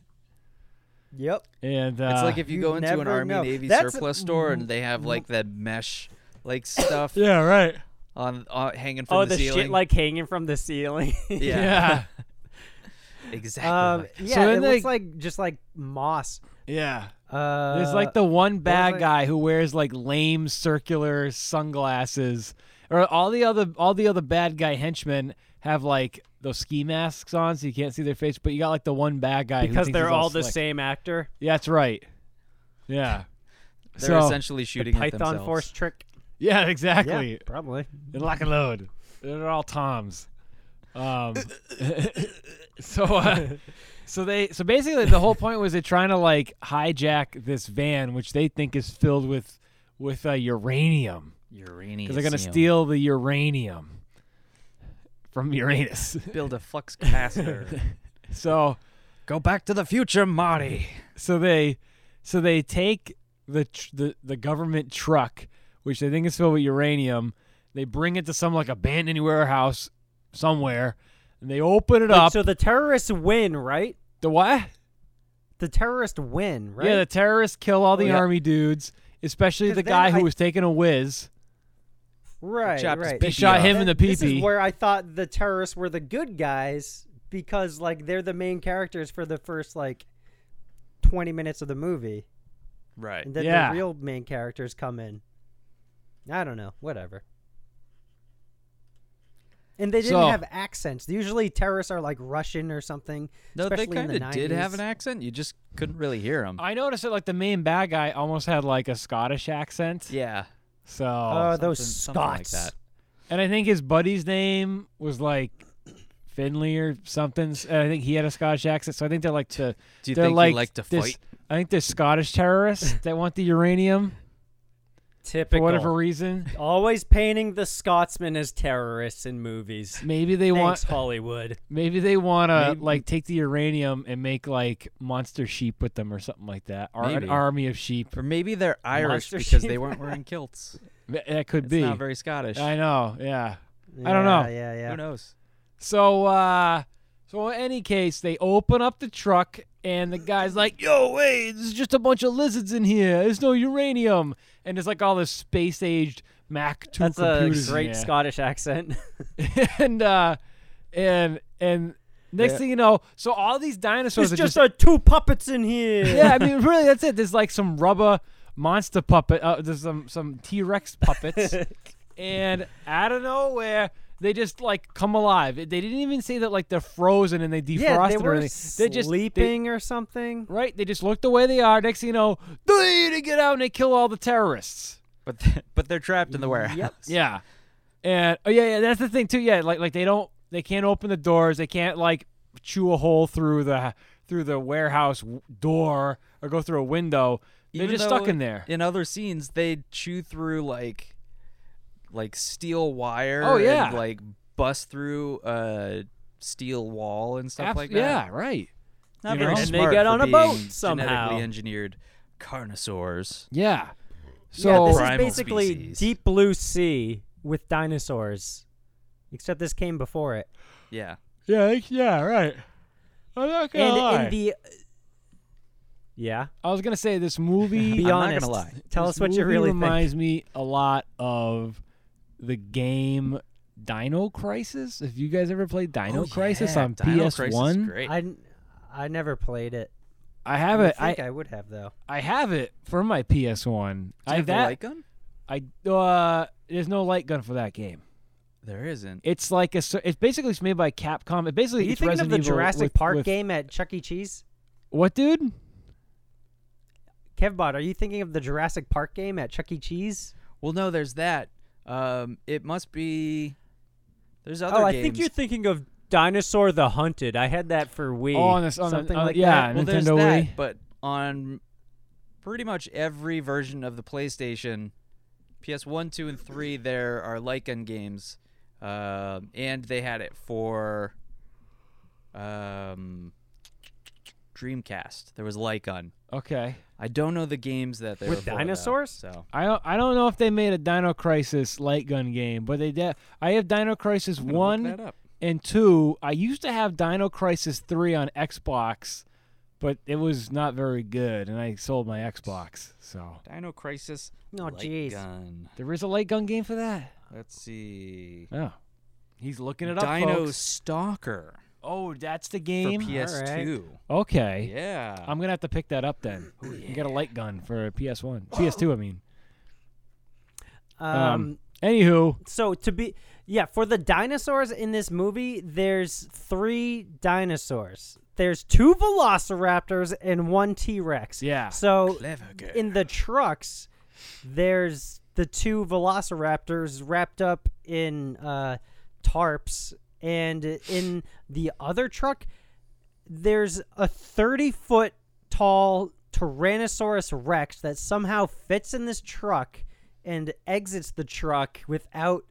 Speaker 9: Yep.
Speaker 8: And uh,
Speaker 1: It's like if you
Speaker 9: you
Speaker 1: go into an
Speaker 9: never
Speaker 1: Army
Speaker 9: know.
Speaker 1: Navy
Speaker 9: That's-
Speaker 1: surplus store and they have like that mesh like stuff
Speaker 8: [laughs] yeah, right.
Speaker 1: on, on hanging from
Speaker 9: oh,
Speaker 1: the,
Speaker 9: the,
Speaker 1: ceiling.
Speaker 9: shit like hanging from the ceiling.
Speaker 1: yeah,
Speaker 8: [laughs] Yeah,
Speaker 1: exactly.
Speaker 9: [laughs] um,
Speaker 1: like-
Speaker 9: yeah,
Speaker 8: then
Speaker 9: it
Speaker 8: they-
Speaker 9: looks like just like moss.
Speaker 8: yeah.
Speaker 9: Uh,
Speaker 8: There's like the one bad
Speaker 9: I-
Speaker 8: guy who wears like lame circular sunglasses, or all the other all the other bad guy henchmen have like those ski masks on, so you can't see their face. But you got like the one bad guy who
Speaker 9: because
Speaker 8: thinks
Speaker 9: they're
Speaker 8: he's
Speaker 9: all, the
Speaker 8: slick.
Speaker 9: same actor.
Speaker 8: Yeah, that's right. Yeah.
Speaker 1: they're
Speaker 8: so-
Speaker 1: essentially shooting at
Speaker 9: Python
Speaker 1: themselves.
Speaker 9: Force trick.
Speaker 8: Yeah,
Speaker 9: Yeah,
Speaker 8: exactly.
Speaker 9: probably.
Speaker 8: and lock and load. They're all Toms. Um, so, uh, so they, so basically, the whole point was they're trying to like hijack this van, which they think is filled with with uh, uranium
Speaker 1: Uranium.
Speaker 8: because they're gonna steal the uranium from Uranus. [laughs]
Speaker 1: Build a flux capacitor.
Speaker 8: so,
Speaker 1: go back to the future, Marty.
Speaker 8: so they, so they take the tr- the the government truck, which they think is filled with uranium. They bring it to some like abandoned warehouse somewhere, and they open it up.
Speaker 9: So the terrorists win, right?
Speaker 8: The what?
Speaker 9: The terrorists win, right? Oh,
Speaker 8: Yeah, the terrorists kill all the
Speaker 1: yeah.
Speaker 8: army dudes, especially
Speaker 9: 'Cause
Speaker 8: the
Speaker 9: then
Speaker 8: guy who
Speaker 9: I-
Speaker 8: was taking a whiz.
Speaker 9: right,
Speaker 1: chopped his
Speaker 9: right.
Speaker 8: They
Speaker 1: pee-pee
Speaker 8: shot
Speaker 1: off.
Speaker 8: him in the pee
Speaker 9: This is
Speaker 8: pee.
Speaker 9: where I thought the terrorists were the good guys because like they're the main characters for the first like 20 minutes of the movie
Speaker 1: Right.
Speaker 9: and then
Speaker 8: Yeah.
Speaker 9: the real main characters come in. I don't know, whatever. And they didn't
Speaker 8: So-
Speaker 9: have accents. Usually terrorists are like Russian or something.
Speaker 1: No, they
Speaker 9: especially in
Speaker 1: kind
Speaker 9: the
Speaker 1: of did have
Speaker 9: 90s.
Speaker 1: an accent. You just couldn't really hear them.
Speaker 8: I noticed that like the main bad guy almost had like a Scottish accent.
Speaker 1: yeah.
Speaker 8: So
Speaker 9: Uh, those
Speaker 1: something like
Speaker 9: Scots.
Speaker 1: that.
Speaker 8: and I think his buddy's name was like Finley or something. And I think he had a Scottish accent. So I think they're like the
Speaker 1: Do you
Speaker 8: they're
Speaker 1: think
Speaker 8: like,
Speaker 1: you like to
Speaker 8: this-
Speaker 1: fight?
Speaker 8: I think they're
Speaker 1: [laughs]
Speaker 8: Scottish terrorists that want the uranium
Speaker 9: Typical.
Speaker 8: for whatever reason.
Speaker 9: Always painting the Scotsman as terrorists in movies.
Speaker 8: Maybe they want
Speaker 9: Thanks, Hollywood.
Speaker 8: Maybe they want to
Speaker 1: Maybe-
Speaker 8: like take the uranium and make like monster sheep with them or something like that, or
Speaker 1: Maybe.
Speaker 8: an army of sheep.
Speaker 1: Or maybe they're Irish
Speaker 8: [laughs]
Speaker 9: Monster
Speaker 1: because they
Speaker 9: sheep.
Speaker 1: weren't wearing kilts.
Speaker 8: Th- That could
Speaker 1: It's
Speaker 8: be.
Speaker 1: not very Scottish.
Speaker 8: I know. Yeah. I don't know.
Speaker 9: Yeah, yeah.
Speaker 1: Who knows?
Speaker 8: So, uh, so in any case, they open up the truck and the guy's like, "Yo, wait, there's just a bunch of lizards in here. There's no uranium." And there's like all this space aged Mac two
Speaker 9: That's a
Speaker 8: computers in
Speaker 9: great
Speaker 8: there.
Speaker 9: Scottish accent.
Speaker 8: [laughs] and uh, and and next thing you know, so all these dinosaurs
Speaker 9: There's
Speaker 8: are
Speaker 9: just, uh two puppets in here.
Speaker 8: yeah, I mean, really, that's it. There's like some rubber monster puppet. Uh, there's some some T Rex
Speaker 9: [laughs]
Speaker 8: puppets, and out of nowhere, they just like come alive. They didn't even say that like they're frozen and they defrosted
Speaker 9: yeah, they
Speaker 8: or
Speaker 9: were
Speaker 8: anything. They just they-
Speaker 9: sleeping or something.
Speaker 8: right? They just look the way they are. Next thing you know, they get out and they kill all the terrorists.
Speaker 1: But th- but they're trapped in the warehouse.
Speaker 8: Yeah, and oh yeah, yeah, that's the thing too. Yeah, like like they don't they can't open the doors. They can't like chew a hole through the through the warehouse w- door or go through a window.
Speaker 1: [laughs]
Speaker 8: They're
Speaker 1: Even
Speaker 8: just
Speaker 1: though
Speaker 8: stuck in there.
Speaker 1: In other scenes, they chew through like like steel wire.
Speaker 8: Oh, yeah.
Speaker 1: And, like bust through a steel wall and stuff
Speaker 8: Abs-
Speaker 1: like that.
Speaker 8: Yeah, right.
Speaker 1: Not
Speaker 8: you
Speaker 1: very
Speaker 8: know?
Speaker 1: smart
Speaker 8: And
Speaker 9: they get
Speaker 1: for
Speaker 9: on a
Speaker 1: being
Speaker 9: boat
Speaker 1: genetically
Speaker 9: somehow.
Speaker 1: engineered carnosaurs.
Speaker 8: Yeah. So
Speaker 9: yeah, this
Speaker 1: Primal
Speaker 9: is basically
Speaker 1: species.
Speaker 9: Deep Blue Sea with dinosaurs, except this came before it.
Speaker 1: Yeah.
Speaker 8: yeah, like- yeah, right. I'm not gonna
Speaker 9: And
Speaker 8: lie.
Speaker 9: in the yeah,
Speaker 8: I was gonna say this
Speaker 1: [laughs]
Speaker 8: movie.
Speaker 9: be
Speaker 1: not gonna
Speaker 9: honest.
Speaker 1: lie.
Speaker 9: Tell
Speaker 8: this
Speaker 9: us what you
Speaker 8: movie
Speaker 9: really
Speaker 8: reminds me a lot of the game Dino Crisis. If you guys ever played Dino
Speaker 1: Oh,
Speaker 8: Crisis
Speaker 1: yeah,
Speaker 8: on
Speaker 1: Dino
Speaker 8: PS
Speaker 1: Crisis is
Speaker 8: One,
Speaker 1: Great.
Speaker 9: think. I n- I never played it.
Speaker 8: I
Speaker 9: I
Speaker 8: have
Speaker 9: would
Speaker 8: it. I,
Speaker 9: think I, would have though.
Speaker 8: I have it for my PS One.
Speaker 1: Do you
Speaker 8: I
Speaker 1: have the
Speaker 8: that
Speaker 1: light gun?
Speaker 8: I uh, there's no light gun for that game.
Speaker 1: There isn't.
Speaker 8: It's like a. cer- It's basically it's made by Capcom. It basically
Speaker 9: Are you
Speaker 8: it's
Speaker 9: thinking
Speaker 8: Resident
Speaker 9: of the
Speaker 8: Evil
Speaker 9: Jurassic
Speaker 8: with-
Speaker 9: Park
Speaker 8: with-
Speaker 9: game at Chuck E. Cheese?
Speaker 8: What, dude?
Speaker 9: Kevbot, are you thinking of the Jurassic Park game at Chuck E. Cheese?
Speaker 1: Well, no, there's that. Um, it must be. There's other.
Speaker 9: Oh, I
Speaker 1: games.
Speaker 9: think you're thinking of Dinosaur the Hunted. I had that for Wii.
Speaker 8: Oh, on this- on the-
Speaker 9: something
Speaker 8: on the-
Speaker 9: like
Speaker 8: yeah.
Speaker 9: that.
Speaker 1: Well, there's
Speaker 8: Nintendo
Speaker 1: that,
Speaker 8: Wii.
Speaker 1: but on pretty much every version of the PlayStation, PS1, 2, and 3, there are light gun games. Um, and they had it for um, Dreamcast. There was light gun.
Speaker 8: Okay.
Speaker 1: I don't know the games that they
Speaker 9: With
Speaker 1: were for, though,
Speaker 9: dinosaurs?
Speaker 1: so
Speaker 8: I don't, I don't know if they made a Dino Crisis light gun game, but they did. I have Dino Crisis
Speaker 1: I'm gonna look that
Speaker 8: one
Speaker 1: up.
Speaker 8: and two. I used to have Dino Crisis three on Xbox, but it was not very good, and I sold my Xbox. So
Speaker 1: Dino Crisis.
Speaker 9: Oh,
Speaker 1: light
Speaker 9: jeez.
Speaker 1: gun.
Speaker 8: there is a light gun game for that.
Speaker 1: Let's see.
Speaker 8: Oh, he's looking it up.
Speaker 1: Dino
Speaker 8: folks.
Speaker 1: Stalker
Speaker 8: Oh, that's the
Speaker 1: for
Speaker 8: game.
Speaker 1: PS2.
Speaker 8: okay.
Speaker 1: Yeah.
Speaker 8: I'm gonna have to pick that up then. You got a light gun for PS1, PS2. I mean.
Speaker 9: um,
Speaker 8: Anywho,
Speaker 9: so to be yeah for the dinosaurs in this movie there's three dinosaurs there's two velociraptors and one t-rex
Speaker 8: Yeah.
Speaker 9: so
Speaker 1: Clever girl.
Speaker 9: in the trucks there's the two velociraptors wrapped up in uh, tarps and in the other truck there's a 30 foot tall Tyrannosaurus Rex that somehow fits in this truck and exits the truck without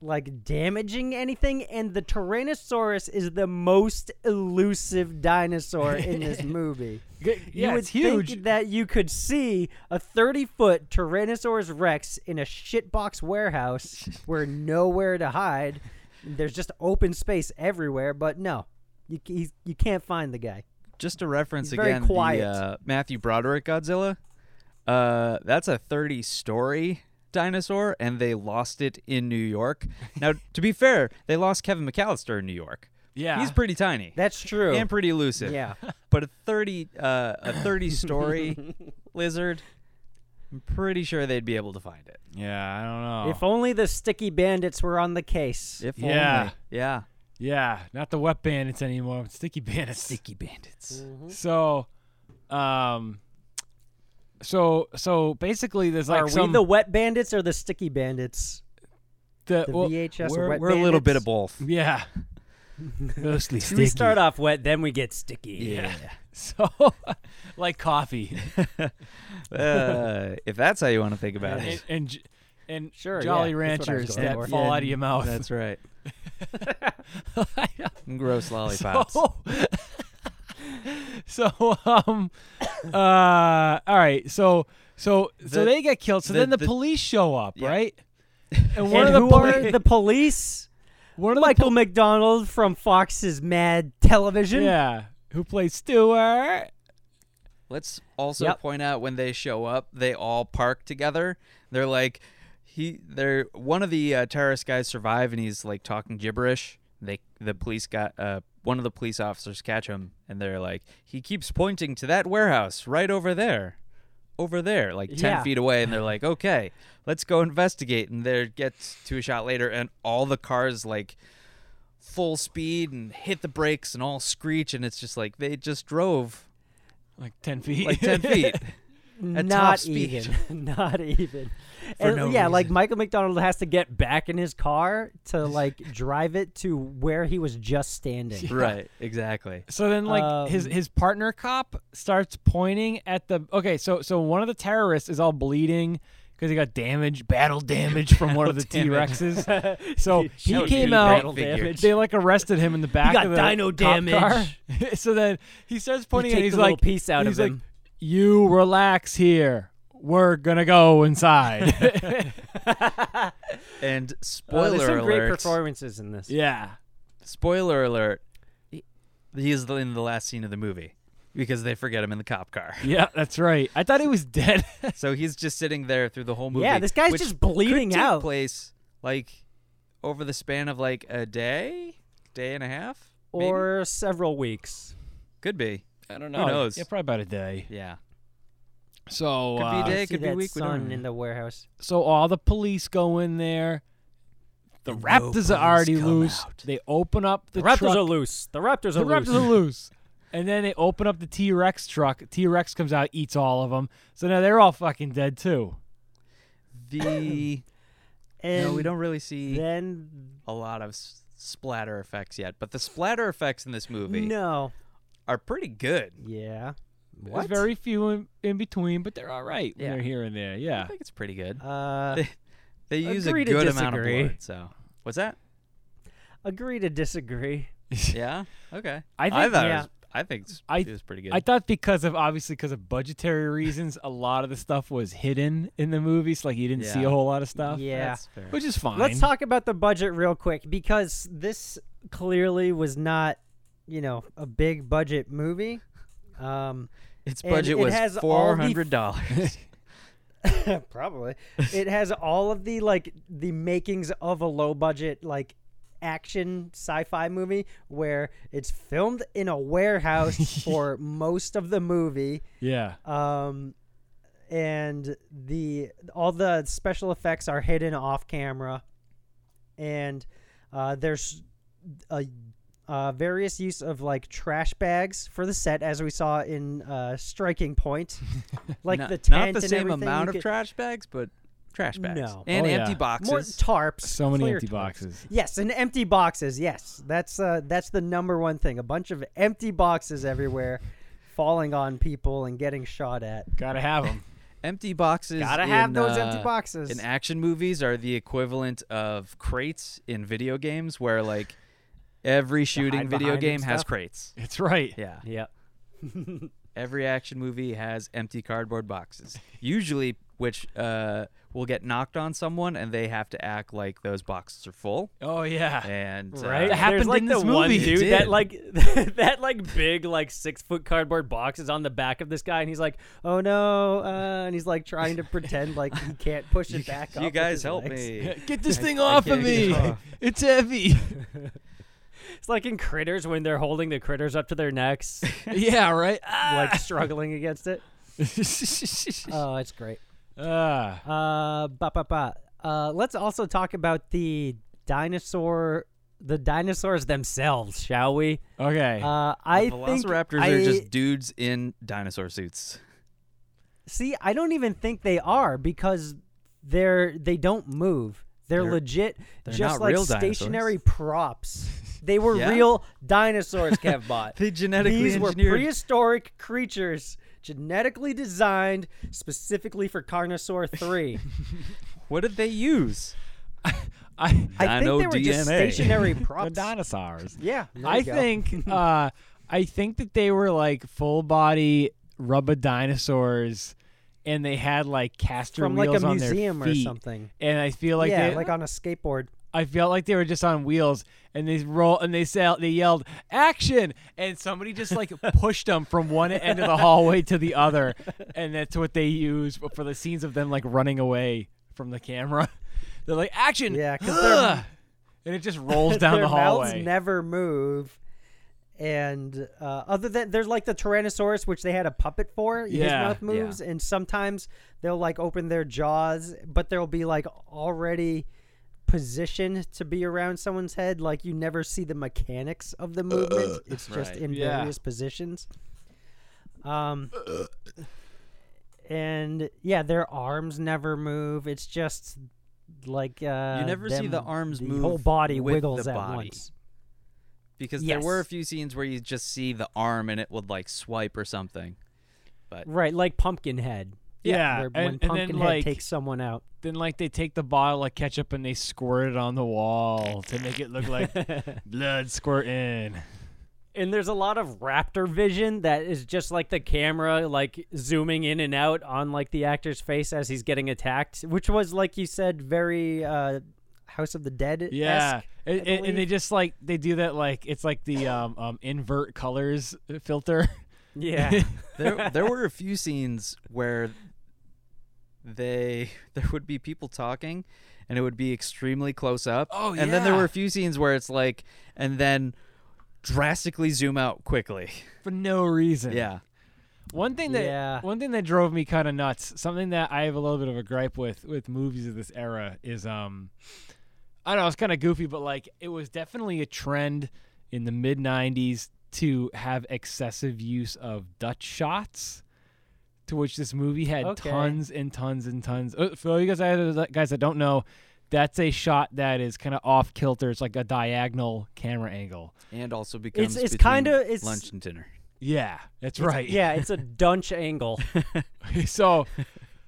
Speaker 9: like damaging anything and the Tyrannosaurus is the most elusive dinosaur in this movie.
Speaker 8: G- yeah,
Speaker 9: you would
Speaker 8: it's huge.
Speaker 9: think that you could see a 30 foot Tyrannosaurus Rex in a shitbox warehouse where nowhere to hide. There's just open space everywhere, but no, you, you, you can't find the guy.
Speaker 1: just to reference
Speaker 9: He's very
Speaker 1: again
Speaker 9: quiet.
Speaker 1: the uh, Matthew Broderick Godzilla. Uh, that's a 30 story dinosaur, and they lost it in New [laughs] York. Now, to be fair, they lost Kevin McAllister in New York.
Speaker 8: yeah,
Speaker 1: He's pretty tiny
Speaker 9: That's true.
Speaker 1: and pretty elusive.
Speaker 9: Yeah.
Speaker 1: but a 30 uh, [laughs] a 30 [laughs] story lizard. I'm pretty sure they'd be able to find it.
Speaker 8: yeah. I don't know.
Speaker 9: If only the sticky bandits were on the case.
Speaker 1: If
Speaker 8: Yeah.
Speaker 1: only. Yeah.
Speaker 8: Yeah, not the wet bandits anymore. but Sticky bandits.
Speaker 1: Sticky bandits.
Speaker 8: [laughs] So, um, so so basically, there's like
Speaker 9: Are
Speaker 8: some
Speaker 9: we the wet bandits or the sticky bandits?
Speaker 8: the,
Speaker 9: the
Speaker 8: Uh, well,
Speaker 9: VHS
Speaker 8: we're-
Speaker 9: wet
Speaker 1: We're a little bit
Speaker 9: bandits?
Speaker 1: of both.
Speaker 9: [laughs]
Speaker 8: yeah. Mostly
Speaker 9: We start off wet, then we get sticky.
Speaker 8: Yeah. So, [laughs] like coffee,
Speaker 1: Uh, if that's how you want to think about
Speaker 8: and
Speaker 1: it.
Speaker 8: and, j- and
Speaker 9: Sure,
Speaker 8: Jolly
Speaker 9: yeah, that's what I was
Speaker 8: Ranchers
Speaker 9: going
Speaker 8: that
Speaker 9: for.
Speaker 8: fall
Speaker 1: Yeah,
Speaker 8: out of your mouth.
Speaker 1: That's right.
Speaker 8: I know.
Speaker 1: [laughs] Gross lollipops.
Speaker 8: [laughs] So, [laughs] so um, uh, all right. So, so, so
Speaker 1: The-
Speaker 8: they get killed. So
Speaker 1: the-
Speaker 8: then the,
Speaker 1: the-
Speaker 8: police show up,
Speaker 1: Yeah. [laughs]
Speaker 8: right? And
Speaker 9: And
Speaker 8: one of
Speaker 9: who
Speaker 8: the
Speaker 9: are
Speaker 8: poli-
Speaker 9: the police?
Speaker 8: one of the
Speaker 9: Michael McDonald from Fox's Mad Television.
Speaker 8: Yeah, who plays Stewart?
Speaker 1: Let's also
Speaker 9: Yep.
Speaker 1: point out when they show up, they all park together. They're like, he, they're one of the uh, terrorist guys survive, and he's like talking gibberish. They, the police got, uh, one of the police officers catch him, and they're like, he keeps pointing to that warehouse right over there, over there, like ten
Speaker 9: Yeah.
Speaker 1: feet away, and they're like, okay, let's go investigate. And there gets to a shot later, and all the cars like full speed and hit the brakes and all screech, and it's just like they just drove
Speaker 8: Like ten feet.
Speaker 1: like
Speaker 8: [laughs]
Speaker 9: [laughs]
Speaker 1: 10 feet. At
Speaker 9: not
Speaker 1: top speed.
Speaker 9: even, not even.
Speaker 1: For
Speaker 9: and,
Speaker 1: no
Speaker 9: yeah, like
Speaker 1: reason.
Speaker 9: Michael McDonald has to get back in his car to like drive it to where he was just [laughs] standing.
Speaker 1: Right, exactly.
Speaker 8: so then, like his
Speaker 9: Um,
Speaker 8: his partner cop starts pointing at the. Okay, so so one of the terrorists is all bleeding because he got damage, battle damage from one of the T
Speaker 1: damage.
Speaker 8: Rexes. So he
Speaker 1: Shoot
Speaker 8: came
Speaker 1: you,
Speaker 8: out.
Speaker 1: battle damage.
Speaker 8: They like arrested him in the back.
Speaker 9: got
Speaker 8: of the
Speaker 9: dino
Speaker 8: cop
Speaker 9: damage.
Speaker 8: [laughs] car. so then he starts pointing
Speaker 9: take
Speaker 8: and he's
Speaker 9: the little
Speaker 8: like,
Speaker 9: piece out
Speaker 8: he's
Speaker 9: of
Speaker 8: like,
Speaker 9: him.
Speaker 8: "You relax here. we're gonna go inside.
Speaker 1: And spoiler
Speaker 9: Uh, there's some great
Speaker 1: alert.
Speaker 9: performances in this.
Speaker 8: yeah.
Speaker 1: spoiler alert. he- He is in the last scene of the movie because they forget him in the cop car.
Speaker 8: [laughs]
Speaker 1: [laughs]
Speaker 8: Yeah, that's right. I thought he was dead. [laughs]
Speaker 1: So he's just sitting there through the whole movie.
Speaker 9: Yeah, this guy's
Speaker 1: which
Speaker 9: just bleeding
Speaker 1: could take
Speaker 9: out.
Speaker 1: Place like over the span of like a day, day and a half, maybe?
Speaker 9: Or several weeks.
Speaker 1: could be.
Speaker 5: I don't
Speaker 1: Who
Speaker 5: know.
Speaker 1: knows?
Speaker 8: Oh, Yeah, probably about a day.
Speaker 1: Yeah.
Speaker 9: [coughs]
Speaker 8: So
Speaker 1: Could be
Speaker 8: uh,
Speaker 1: a day.
Speaker 9: See
Speaker 1: could be
Speaker 9: that
Speaker 1: week, we don't
Speaker 9: sun
Speaker 1: know.
Speaker 9: in the warehouse.
Speaker 8: so all the police go in there. The
Speaker 1: And no
Speaker 8: Raptors are
Speaker 1: police
Speaker 8: already
Speaker 1: come
Speaker 8: loose.
Speaker 1: out.
Speaker 8: They open up the,
Speaker 9: The, Raptors
Speaker 8: truck.
Speaker 9: are loose. The Raptors
Speaker 8: The
Speaker 9: are
Speaker 8: Raptors
Speaker 9: loose.
Speaker 8: are loose. And then they open up the T Rex truck. T Rex comes out, eats all of them. So now they're all fucking dead too.
Speaker 1: The
Speaker 9: And
Speaker 1: no, we don't really see
Speaker 9: Then
Speaker 1: a lot of s- splatter effects yet, but the splatter effects in this movie
Speaker 9: no.
Speaker 1: are pretty good.
Speaker 9: Yeah.
Speaker 8: There's very few in, in between, but they're all right when
Speaker 1: Yeah.
Speaker 8: they're here and there.
Speaker 1: I
Speaker 8: Yeah.
Speaker 1: think it's pretty good.
Speaker 9: Uh,
Speaker 1: They use a
Speaker 9: agree to
Speaker 1: good amount of
Speaker 9: disagree.
Speaker 1: blood. So what's that?
Speaker 9: [laughs] agree to disagree.
Speaker 1: Yeah. Okay.
Speaker 8: I think-
Speaker 1: thought it
Speaker 9: yeah.
Speaker 1: was, I think it's,
Speaker 8: I-
Speaker 1: it was pretty good.
Speaker 8: I thought because of obviously because of budgetary reasons, a lot of the stuff was hidden in the movies. Like you didn't see
Speaker 1: Yeah.
Speaker 8: a whole lot of stuff.
Speaker 9: yeah.
Speaker 1: That's fair.
Speaker 8: Which is fine.
Speaker 9: Let's talk about the budget real quick because this clearly was not, you know, a big budget movie. Um,
Speaker 1: Its
Speaker 9: and
Speaker 1: budget
Speaker 9: it
Speaker 1: was
Speaker 9: has all the-
Speaker 1: four hundred dollars.
Speaker 9: probably it has all of the like the makings of a low budget like action sci-fi movie where it's filmed in a warehouse for most of the movie.
Speaker 8: Yeah.
Speaker 9: um, and the all the special effects are hidden off camera, and uh, there's a, uh various use of like trash bags for the set, as we saw in uh,
Speaker 1: [laughs]
Speaker 9: Striking Point, [laughs] like
Speaker 1: not,
Speaker 9: the tent
Speaker 1: not the
Speaker 9: and
Speaker 1: same
Speaker 9: everything, you
Speaker 1: amount of
Speaker 9: could-
Speaker 1: trash bags, but trash bags
Speaker 9: No.
Speaker 1: and
Speaker 8: Oh,
Speaker 1: empty
Speaker 8: yeah.
Speaker 1: boxes.
Speaker 9: More tarps,
Speaker 8: So many
Speaker 9: clear
Speaker 8: empty
Speaker 9: tarps.
Speaker 8: boxes.
Speaker 9: Yes, and empty boxes. Yes, that's uh, that's the number one thing. A bunch of empty boxes everywhere, falling on people and getting shot at.
Speaker 8: Gotta have them.
Speaker 1: empty boxes.
Speaker 9: Gotta have
Speaker 1: in,
Speaker 9: those empty
Speaker 1: uh,
Speaker 9: boxes.
Speaker 1: In action movies, are the equivalent of crates in video games, where like every shooting
Speaker 9: hide
Speaker 1: video
Speaker 9: behind and
Speaker 1: game has
Speaker 9: stuff.
Speaker 1: crates.
Speaker 8: it's right.
Speaker 1: Yeah,
Speaker 9: Yeah.
Speaker 1: [laughs] every action movie has empty cardboard boxes, usually which uh, will get knocked on someone, and they have to act like those boxes are full.
Speaker 8: Oh yeah.
Speaker 1: And uh,
Speaker 9: Right,
Speaker 8: It happened
Speaker 9: There's like
Speaker 8: in
Speaker 9: the
Speaker 8: this
Speaker 9: one
Speaker 8: movie. It
Speaker 9: dude that
Speaker 1: did.
Speaker 9: like [laughs] that like big like six foot cardboard box is on the back of this guy, and he's like, "Oh no!" Uh, and he's like
Speaker 1: [laughs]
Speaker 9: trying to pretend like he can't push it back
Speaker 1: [laughs]
Speaker 9: up.
Speaker 1: you
Speaker 9: with
Speaker 1: guys
Speaker 9: his
Speaker 1: help
Speaker 9: legs.
Speaker 1: me.
Speaker 8: [laughs] Get this thing off
Speaker 1: can't
Speaker 8: of
Speaker 1: get [laughs]
Speaker 8: me.
Speaker 1: it off.
Speaker 8: It's heavy.
Speaker 9: [laughs] It's like in critters when they're holding the critters up to their [laughs] necks,
Speaker 8: yeah. Right.
Speaker 9: like
Speaker 8: [laughs]
Speaker 9: struggling against it.
Speaker 8: Ah.
Speaker 9: Oh, it's great.
Speaker 8: Ah.
Speaker 9: Uh, ba ba ba. Uh, let's also talk about the dinosaur, the dinosaurs themselves, shall we?
Speaker 8: okay.
Speaker 9: Uh, I think
Speaker 1: Velociraptors
Speaker 9: I,
Speaker 1: are just dudes in dinosaur suits.
Speaker 9: See, I don't even think they are because they're they don't move. They're,
Speaker 1: They're-
Speaker 9: legit
Speaker 1: they're
Speaker 9: just
Speaker 1: not
Speaker 9: like
Speaker 1: real dinosaurs.
Speaker 9: stationary props. They were
Speaker 1: Yeah.
Speaker 9: real
Speaker 1: [laughs]
Speaker 9: dinosaurs, Kevbot.
Speaker 1: They genetically
Speaker 9: These were
Speaker 1: engineered-
Speaker 9: prehistoric creatures genetically designed specifically for Carnosaur
Speaker 1: [laughs]
Speaker 9: 3.
Speaker 1: What did they use?
Speaker 8: I,
Speaker 9: I think
Speaker 1: Dino
Speaker 9: they were just
Speaker 1: DNA. [laughs]
Speaker 9: stationary
Speaker 8: the
Speaker 9: props.
Speaker 8: dinosaurs.
Speaker 9: yeah. there
Speaker 8: I
Speaker 9: you go.
Speaker 8: think
Speaker 9: [laughs]
Speaker 8: uh I think that they were like full body rubber dinosaurs and they had like caster
Speaker 9: from like
Speaker 8: wheels
Speaker 9: a
Speaker 8: on their
Speaker 9: museum or
Speaker 8: feet.
Speaker 9: something.
Speaker 8: And I feel like
Speaker 9: yeah,
Speaker 8: they,
Speaker 9: like on a skateboard.
Speaker 8: I felt like they were just on wheels and they roll and they sell they yelled action and somebody just like pushed them from one end of the hallway to the other and that's what they use for the scenes of them like running away from the camera. [laughs] They're like action.
Speaker 9: Yeah, 'cause their-
Speaker 8: Ugh!" and it just rolls
Speaker 9: [laughs]
Speaker 8: down
Speaker 9: their
Speaker 8: the hallway.
Speaker 9: mouths never move. And uh, other than there's like the Tyrannosaurus, which they had a puppet for. His
Speaker 8: Yeah,
Speaker 9: mouth moves, and sometimes they'll like open their jaws, but they'll be like already positioned to be around someone's head. Like you never see the mechanics of the movement.
Speaker 1: Uh,
Speaker 9: it's just in
Speaker 8: yeah.
Speaker 9: various positions. Um, and yeah, their arms never move. It's just like uh,
Speaker 1: You never see the
Speaker 9: them-
Speaker 1: arms
Speaker 9: the
Speaker 1: move
Speaker 9: Whole body
Speaker 1: with
Speaker 9: wiggles
Speaker 1: the
Speaker 9: at
Speaker 1: body.
Speaker 9: once.
Speaker 1: Because
Speaker 9: Yes.
Speaker 1: there were a few scenes where you just see the arm and it would like swipe or something.
Speaker 9: Right, like Pumpkinhead.
Speaker 8: Yeah,
Speaker 9: where, when
Speaker 8: and- and then,
Speaker 9: Pumpkinhead
Speaker 8: like-
Speaker 9: takes someone out.
Speaker 8: then like they take the bottle of ketchup and they
Speaker 9: [laughs]
Speaker 8: squirt it on the wall to make it look like blood squirting.
Speaker 9: And there's a lot of raptor vision that is just like the camera like zooming in and out on like the actor's face as he's getting attacked, which was like you said very uh House of the Dead.
Speaker 8: Yeah, and, and- and they just like they do that like it's like the um, um invert colors filter.
Speaker 9: Yeah.
Speaker 1: [laughs] there there were a few scenes where they [laughs] there would be people talking and it would be extremely close up.
Speaker 8: Oh,
Speaker 1: And then there
Speaker 8: yeah.
Speaker 1: were a few scenes where it's like and then drastically zoom out [laughs] quickly.
Speaker 8: for no reason.
Speaker 1: Yeah.
Speaker 8: One thing that
Speaker 9: Yeah.
Speaker 8: one thing that drove me kind of nuts, something that I have a little bit of a gripe with with movies of this era is um I don't know, it's kind of goofy, but like it was definitely a trend in the mid 90s to have excessive use of Dutch shots. To which this movie had
Speaker 9: Okay.
Speaker 8: tons and tons and tons. Uh, for all you guys, that- guys that don't know, that's a shot that is kind of off kilter. It's like a diagonal camera angle.
Speaker 1: And also becomes
Speaker 9: it's
Speaker 1: between
Speaker 9: kinda- it's-
Speaker 1: lunch and dinner.
Speaker 8: Yeah, that's [laughs] right.
Speaker 9: yeah, it's a
Speaker 8: [laughs]
Speaker 9: dunch angle.
Speaker 8: so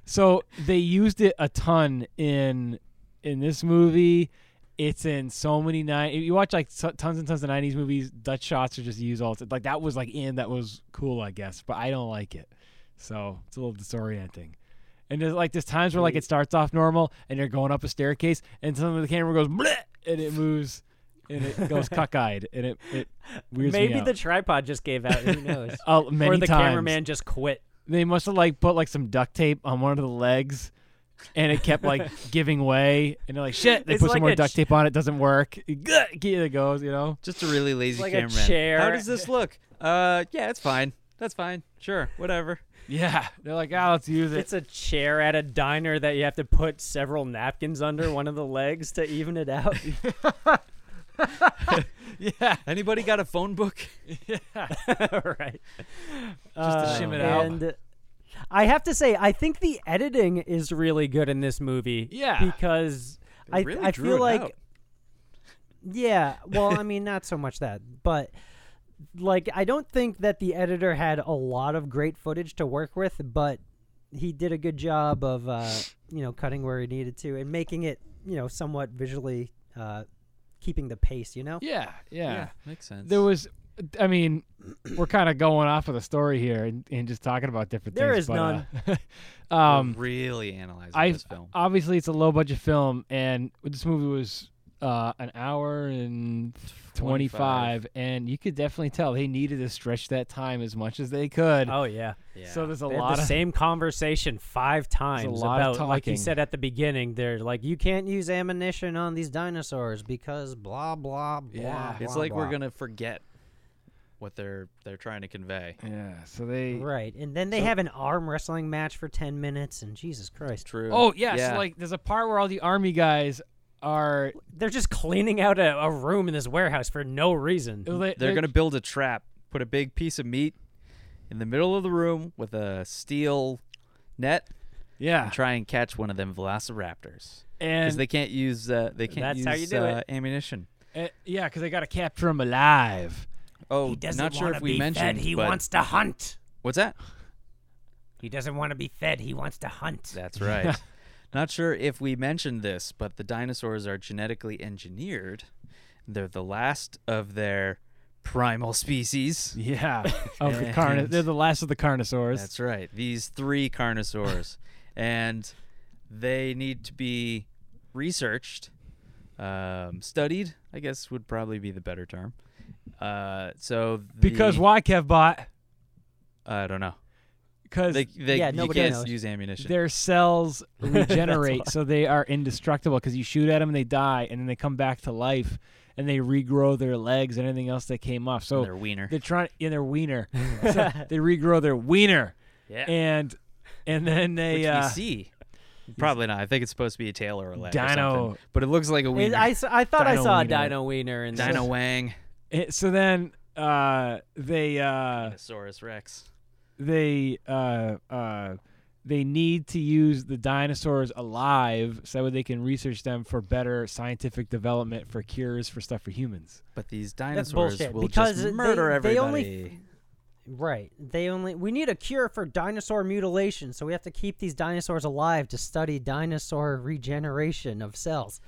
Speaker 8: so they used it a ton in in this movie it's in so many nine you watch like so- tons and tons of 90s movies dutch shots are just used all the like that was like in that was cool i guess but i don't like it so it's a little disorienting and there's like there's times where like it starts off normal and you're going up a staircase and suddenly the camera goes Bleh! and it moves and it
Speaker 9: [laughs]
Speaker 8: goes cockeyed and it, it weirds me
Speaker 9: Maybe the
Speaker 8: out.
Speaker 9: tripod just gave out, who knows?
Speaker 8: Oh, [laughs]
Speaker 9: or
Speaker 8: many
Speaker 9: the
Speaker 8: times
Speaker 9: cameraman just quit.
Speaker 8: they must have like put like some duct tape on one of the legs and it kept
Speaker 9: [laughs]
Speaker 8: like giving way and they're like shit they
Speaker 9: It's
Speaker 8: put
Speaker 9: like
Speaker 8: some more
Speaker 9: a
Speaker 8: duct
Speaker 9: ch-
Speaker 8: tape on it doesn't work [laughs] Gah, here it goes you know
Speaker 1: Just a really lazy
Speaker 9: like a
Speaker 1: cameraman. How
Speaker 9: chair.
Speaker 1: does this [laughs] look? Uh yeah, it's fine. That's fine. Sure. [laughs] Whatever.
Speaker 8: yeah they're like ah let's use it
Speaker 9: It's a chair at a diner that you have to put several napkins under one of the legs to even it out.
Speaker 8: yeah
Speaker 1: Anybody got a phone [laughs] book?
Speaker 9: right.
Speaker 8: just to shim it out
Speaker 9: Uh, And I have to say, I think the editing is really good in this movie.
Speaker 8: Yeah.
Speaker 9: Because I,
Speaker 1: really
Speaker 9: I
Speaker 1: drew
Speaker 9: feel
Speaker 1: it
Speaker 9: like,
Speaker 1: out.
Speaker 9: yeah, well, I mean, not so much that, but like, I don't think that the editor had a lot of great footage to work with, but he did a good job of, uh, you know, cutting where he needed to and making it, you know, somewhat visually, uh, keeping the pace, you know?
Speaker 8: yeah yeah
Speaker 1: Makes sense.
Speaker 8: there was i mean we're kind of going off of the story here and, and just talking about different
Speaker 9: There
Speaker 8: things
Speaker 9: is
Speaker 8: but, uh, [laughs]
Speaker 1: We're
Speaker 8: um
Speaker 1: really analyzing
Speaker 8: I
Speaker 1: this film.
Speaker 8: obviously it's a low budget film, and this movie was uh, an hour and
Speaker 1: 25.
Speaker 8: twenty five, and you could definitely tell they needed to stretch that time as much as they could.
Speaker 9: Oh, yeah.
Speaker 8: So there's a
Speaker 9: They had
Speaker 8: lot
Speaker 9: the
Speaker 8: of
Speaker 9: same conversation five times
Speaker 8: lot of
Speaker 9: about like you
Speaker 8: talking.
Speaker 9: said at the beginning they're like you can't use ammunition on these dinosaurs because blah blah blah
Speaker 8: Yeah.
Speaker 1: It's like we're gonna forget what they're they're trying to convey.
Speaker 8: [laughs] yeah. So they.
Speaker 9: right and then they have an arm wrestling match for 10 minutes and jesus christ
Speaker 1: True.
Speaker 8: Oh yes, like there's a part where all the army guys are
Speaker 9: they're just cleaning out a, a room in this warehouse for no reason
Speaker 8: they,
Speaker 1: they're gonna build a trap, put a big piece of meat in the middle of the room with a steel net,
Speaker 8: yeah
Speaker 1: and try and catch one of them velociraptors because
Speaker 8: and
Speaker 1: they can't use uh, they can't
Speaker 9: That's
Speaker 1: use
Speaker 9: how you do
Speaker 1: uh,
Speaker 9: it.
Speaker 1: ammunition.
Speaker 8: uh, yeah because they gotta capture them alive.
Speaker 1: Oh, not sure if we mentioned. but-
Speaker 9: to hunt
Speaker 1: What's that?
Speaker 9: he doesn't want to be fed he wants to hunt
Speaker 1: That's right. Not sure if we mentioned this, but the dinosaurs are genetically engineered. They're the last of their primal [laughs] species.
Speaker 8: Yeah, [laughs]
Speaker 1: [laughs]
Speaker 8: of the carni-
Speaker 1: And-
Speaker 8: they're the last of the carnosaurs.
Speaker 1: That's right. These three carnosaurs, and they need to be researched, um, studied. I guess would probably be the better term. Uh, so the,
Speaker 8: because why Kevbot?
Speaker 1: I don't know.
Speaker 8: Because
Speaker 1: They, they
Speaker 9: Yeah,
Speaker 1: you
Speaker 9: nobody
Speaker 1: can't
Speaker 9: knows.
Speaker 1: use ammunition. [laughs]
Speaker 8: their cells regenerate so they are indestructible because you shoot at them and they die and then they come back to life and they regrow their legs and anything else that came off so
Speaker 1: And their wiener.
Speaker 8: they're trying in their
Speaker 1: [laughs]
Speaker 8: wiener so they regrow their wiener
Speaker 1: yeah,
Speaker 8: and and then they
Speaker 1: which
Speaker 8: uh
Speaker 1: we see. Probably not. I think it's supposed to be a tail or a leg. or
Speaker 8: Dino.
Speaker 1: something. but it looks like a wiener.
Speaker 9: I, s- I thought i
Speaker 8: Dino
Speaker 9: saw
Speaker 8: wiener.
Speaker 9: a dino wiener in this.
Speaker 1: Dino Wang.
Speaker 8: it- eh, so then uh they uh
Speaker 1: Dinosaurus Rex.
Speaker 8: they uh uh they need to use the dinosaurs alive so that they can research them for better scientific development for cures for stuff for humans.
Speaker 1: But these
Speaker 9: That's
Speaker 1: dinosaurs
Speaker 9: bullshit.
Speaker 1: will
Speaker 9: because
Speaker 1: just
Speaker 9: they-
Speaker 1: murder
Speaker 9: they,
Speaker 1: everybody.
Speaker 9: only, right. They only. We need a cure for dinosaur mutilation, so we have to keep these dinosaurs alive to study dinosaur regeneration of cells.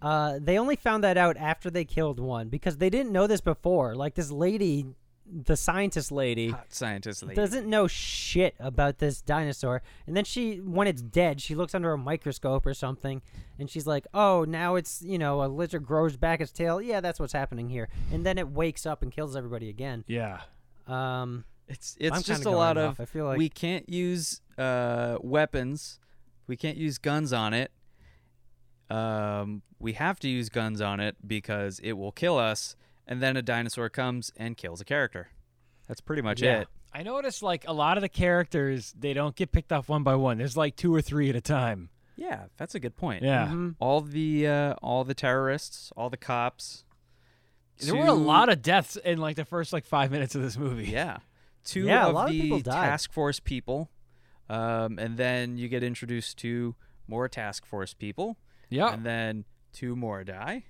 Speaker 9: Uh, they only found that out after they killed one because they didn't know this before. Like this lady, the scientist lady,
Speaker 1: Hot scientist lady.
Speaker 9: doesn't know shit about this dinosaur. And then she, when it's dead, she looks under a microscope or something, and she's like, "Oh, now it's you know a lizard grows back its tail. Yeah, that's what's happening here." And then it wakes up and kills everybody again.
Speaker 8: Yeah.
Speaker 9: Um,
Speaker 1: It's it's
Speaker 9: I'm
Speaker 1: just
Speaker 9: kinda
Speaker 1: a lot
Speaker 9: going
Speaker 1: of.
Speaker 9: off. I feel like-
Speaker 1: we can't use uh, weapons. We can't use guns on it. Um, we have to use guns on it because it will kill us. And then a dinosaur comes and kills a character. That's pretty much it.
Speaker 8: I noticed like a lot of the characters they don't get picked off one by one. There's like two or three at a time.
Speaker 1: Yeah, that's a good point.
Speaker 8: Yeah.
Speaker 9: mhm.
Speaker 1: All the uh, all the terrorists, all the cops.
Speaker 8: There were a
Speaker 1: two-
Speaker 8: lot of deaths in like the first like five minutes of this
Speaker 1: [laughs]
Speaker 8: movie. [laughs]
Speaker 1: Yeah. Two
Speaker 9: Yeah, a
Speaker 1: of
Speaker 9: lot of
Speaker 1: the
Speaker 9: people died.
Speaker 1: task force people. Um, and then you get introduced to more task force people.
Speaker 8: Yeah.
Speaker 1: And then two more die.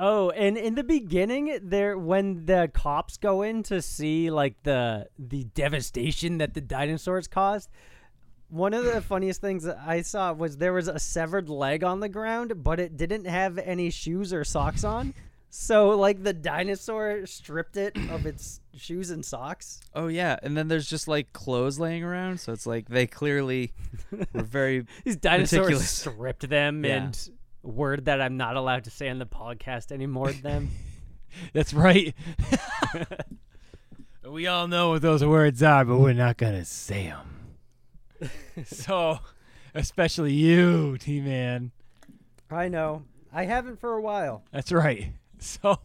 Speaker 9: Oh, and in the beginning, there when the cops go in to see like the the devastation that the dinosaurs caused, one of the funniest things that I saw was there was a severed leg on the ground, but it didn't have any shoes or socks on. So like the dinosaur stripped it of its shoes and socks.
Speaker 1: Oh yeah, and then there's just like clothes laying around, so it's like they
Speaker 8: [laughs]
Speaker 1: clearly were very
Speaker 9: These dinosaurs
Speaker 1: Meticulous.
Speaker 9: stripped them
Speaker 1: Yeah.
Speaker 9: and word that I'm not allowed to say on the podcast anymore them.
Speaker 1: [laughs]
Speaker 8: That's right. [laughs] we all know what those words are, but we're not gonna say them.
Speaker 1: [laughs]
Speaker 8: so, especially you, T man.
Speaker 9: [laughs] I know. I haven't for a while.
Speaker 8: That's right. [laughs] So, all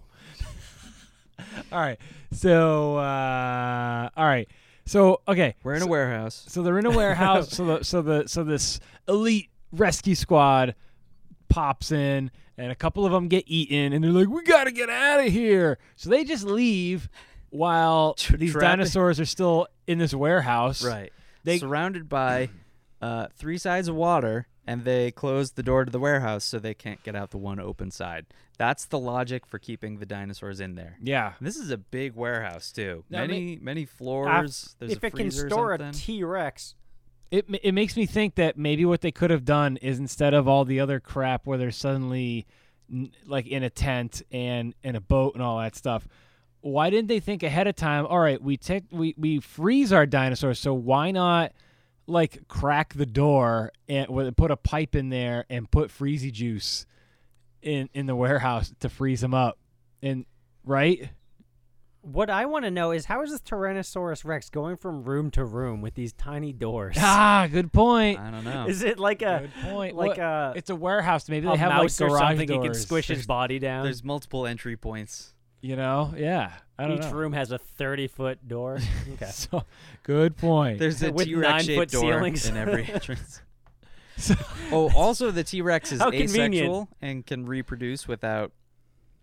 Speaker 8: right. So, uh, all right. So, okay.
Speaker 1: We're in a warehouse.
Speaker 8: So they're in a warehouse. so
Speaker 1: [laughs]
Speaker 8: the so the so this elite rescue squad pops in, and a couple of them get eaten, and they're like, "We gotta get out of here!" So they just leave while
Speaker 1: Tra-
Speaker 8: these
Speaker 1: trapped-
Speaker 8: dinosaurs are still in this warehouse.
Speaker 1: Right.
Speaker 8: They-
Speaker 1: surrounded
Speaker 9: [clears throat]
Speaker 1: by uh, three sides of water and they close the door to the warehouse so they can't get out the one open side. That's the logic for keeping the dinosaurs in there.
Speaker 8: Yeah.
Speaker 1: This is a big warehouse too.
Speaker 8: Now,
Speaker 1: many many
Speaker 9: Ah,
Speaker 1: floors. There's
Speaker 9: if
Speaker 1: a
Speaker 9: it can
Speaker 1: freezer or
Speaker 9: store a
Speaker 1: something.
Speaker 9: T Rex,
Speaker 8: It ma- it makes me think that maybe what they could have done is instead of all the other crap where they're suddenly n- like in a tent and in a boat and all that stuff. Why didn't they think ahead of time? All right, we take we, we freeze our dinosaurs, so why not like crack the door and with- put a pipe in there and put freezy juice in in the warehouse to freeze them up and right
Speaker 9: what I want to know is how is this Tyrannosaurus Rex going from room to room with these
Speaker 1: [laughs]
Speaker 9: tiny doors?
Speaker 8: ah good point
Speaker 1: I don't know.
Speaker 9: [laughs] is it uh, like a
Speaker 8: good point
Speaker 9: like
Speaker 8: What-
Speaker 9: a,
Speaker 8: it's a warehouse maybe
Speaker 9: a
Speaker 8: they have
Speaker 9: mouse
Speaker 8: like
Speaker 9: or
Speaker 8: garage
Speaker 9: something?
Speaker 8: doors
Speaker 9: He can squish his body down.
Speaker 1: There's multiple entry points.
Speaker 8: you know yeah I don't
Speaker 9: Each
Speaker 8: know [laughs]
Speaker 9: room has a thirty foot door. Okay.
Speaker 8: so good point
Speaker 9: [laughs]
Speaker 1: There's a
Speaker 9: With
Speaker 1: T-Rex shaped
Speaker 9: nine-foot
Speaker 1: door
Speaker 9: ceilings.
Speaker 1: in
Speaker 9: [laughs]
Speaker 1: every entrance.
Speaker 8: So-
Speaker 1: [laughs] oh, also the T-Rex is
Speaker 9: How convenient.
Speaker 1: asexual and can reproduce without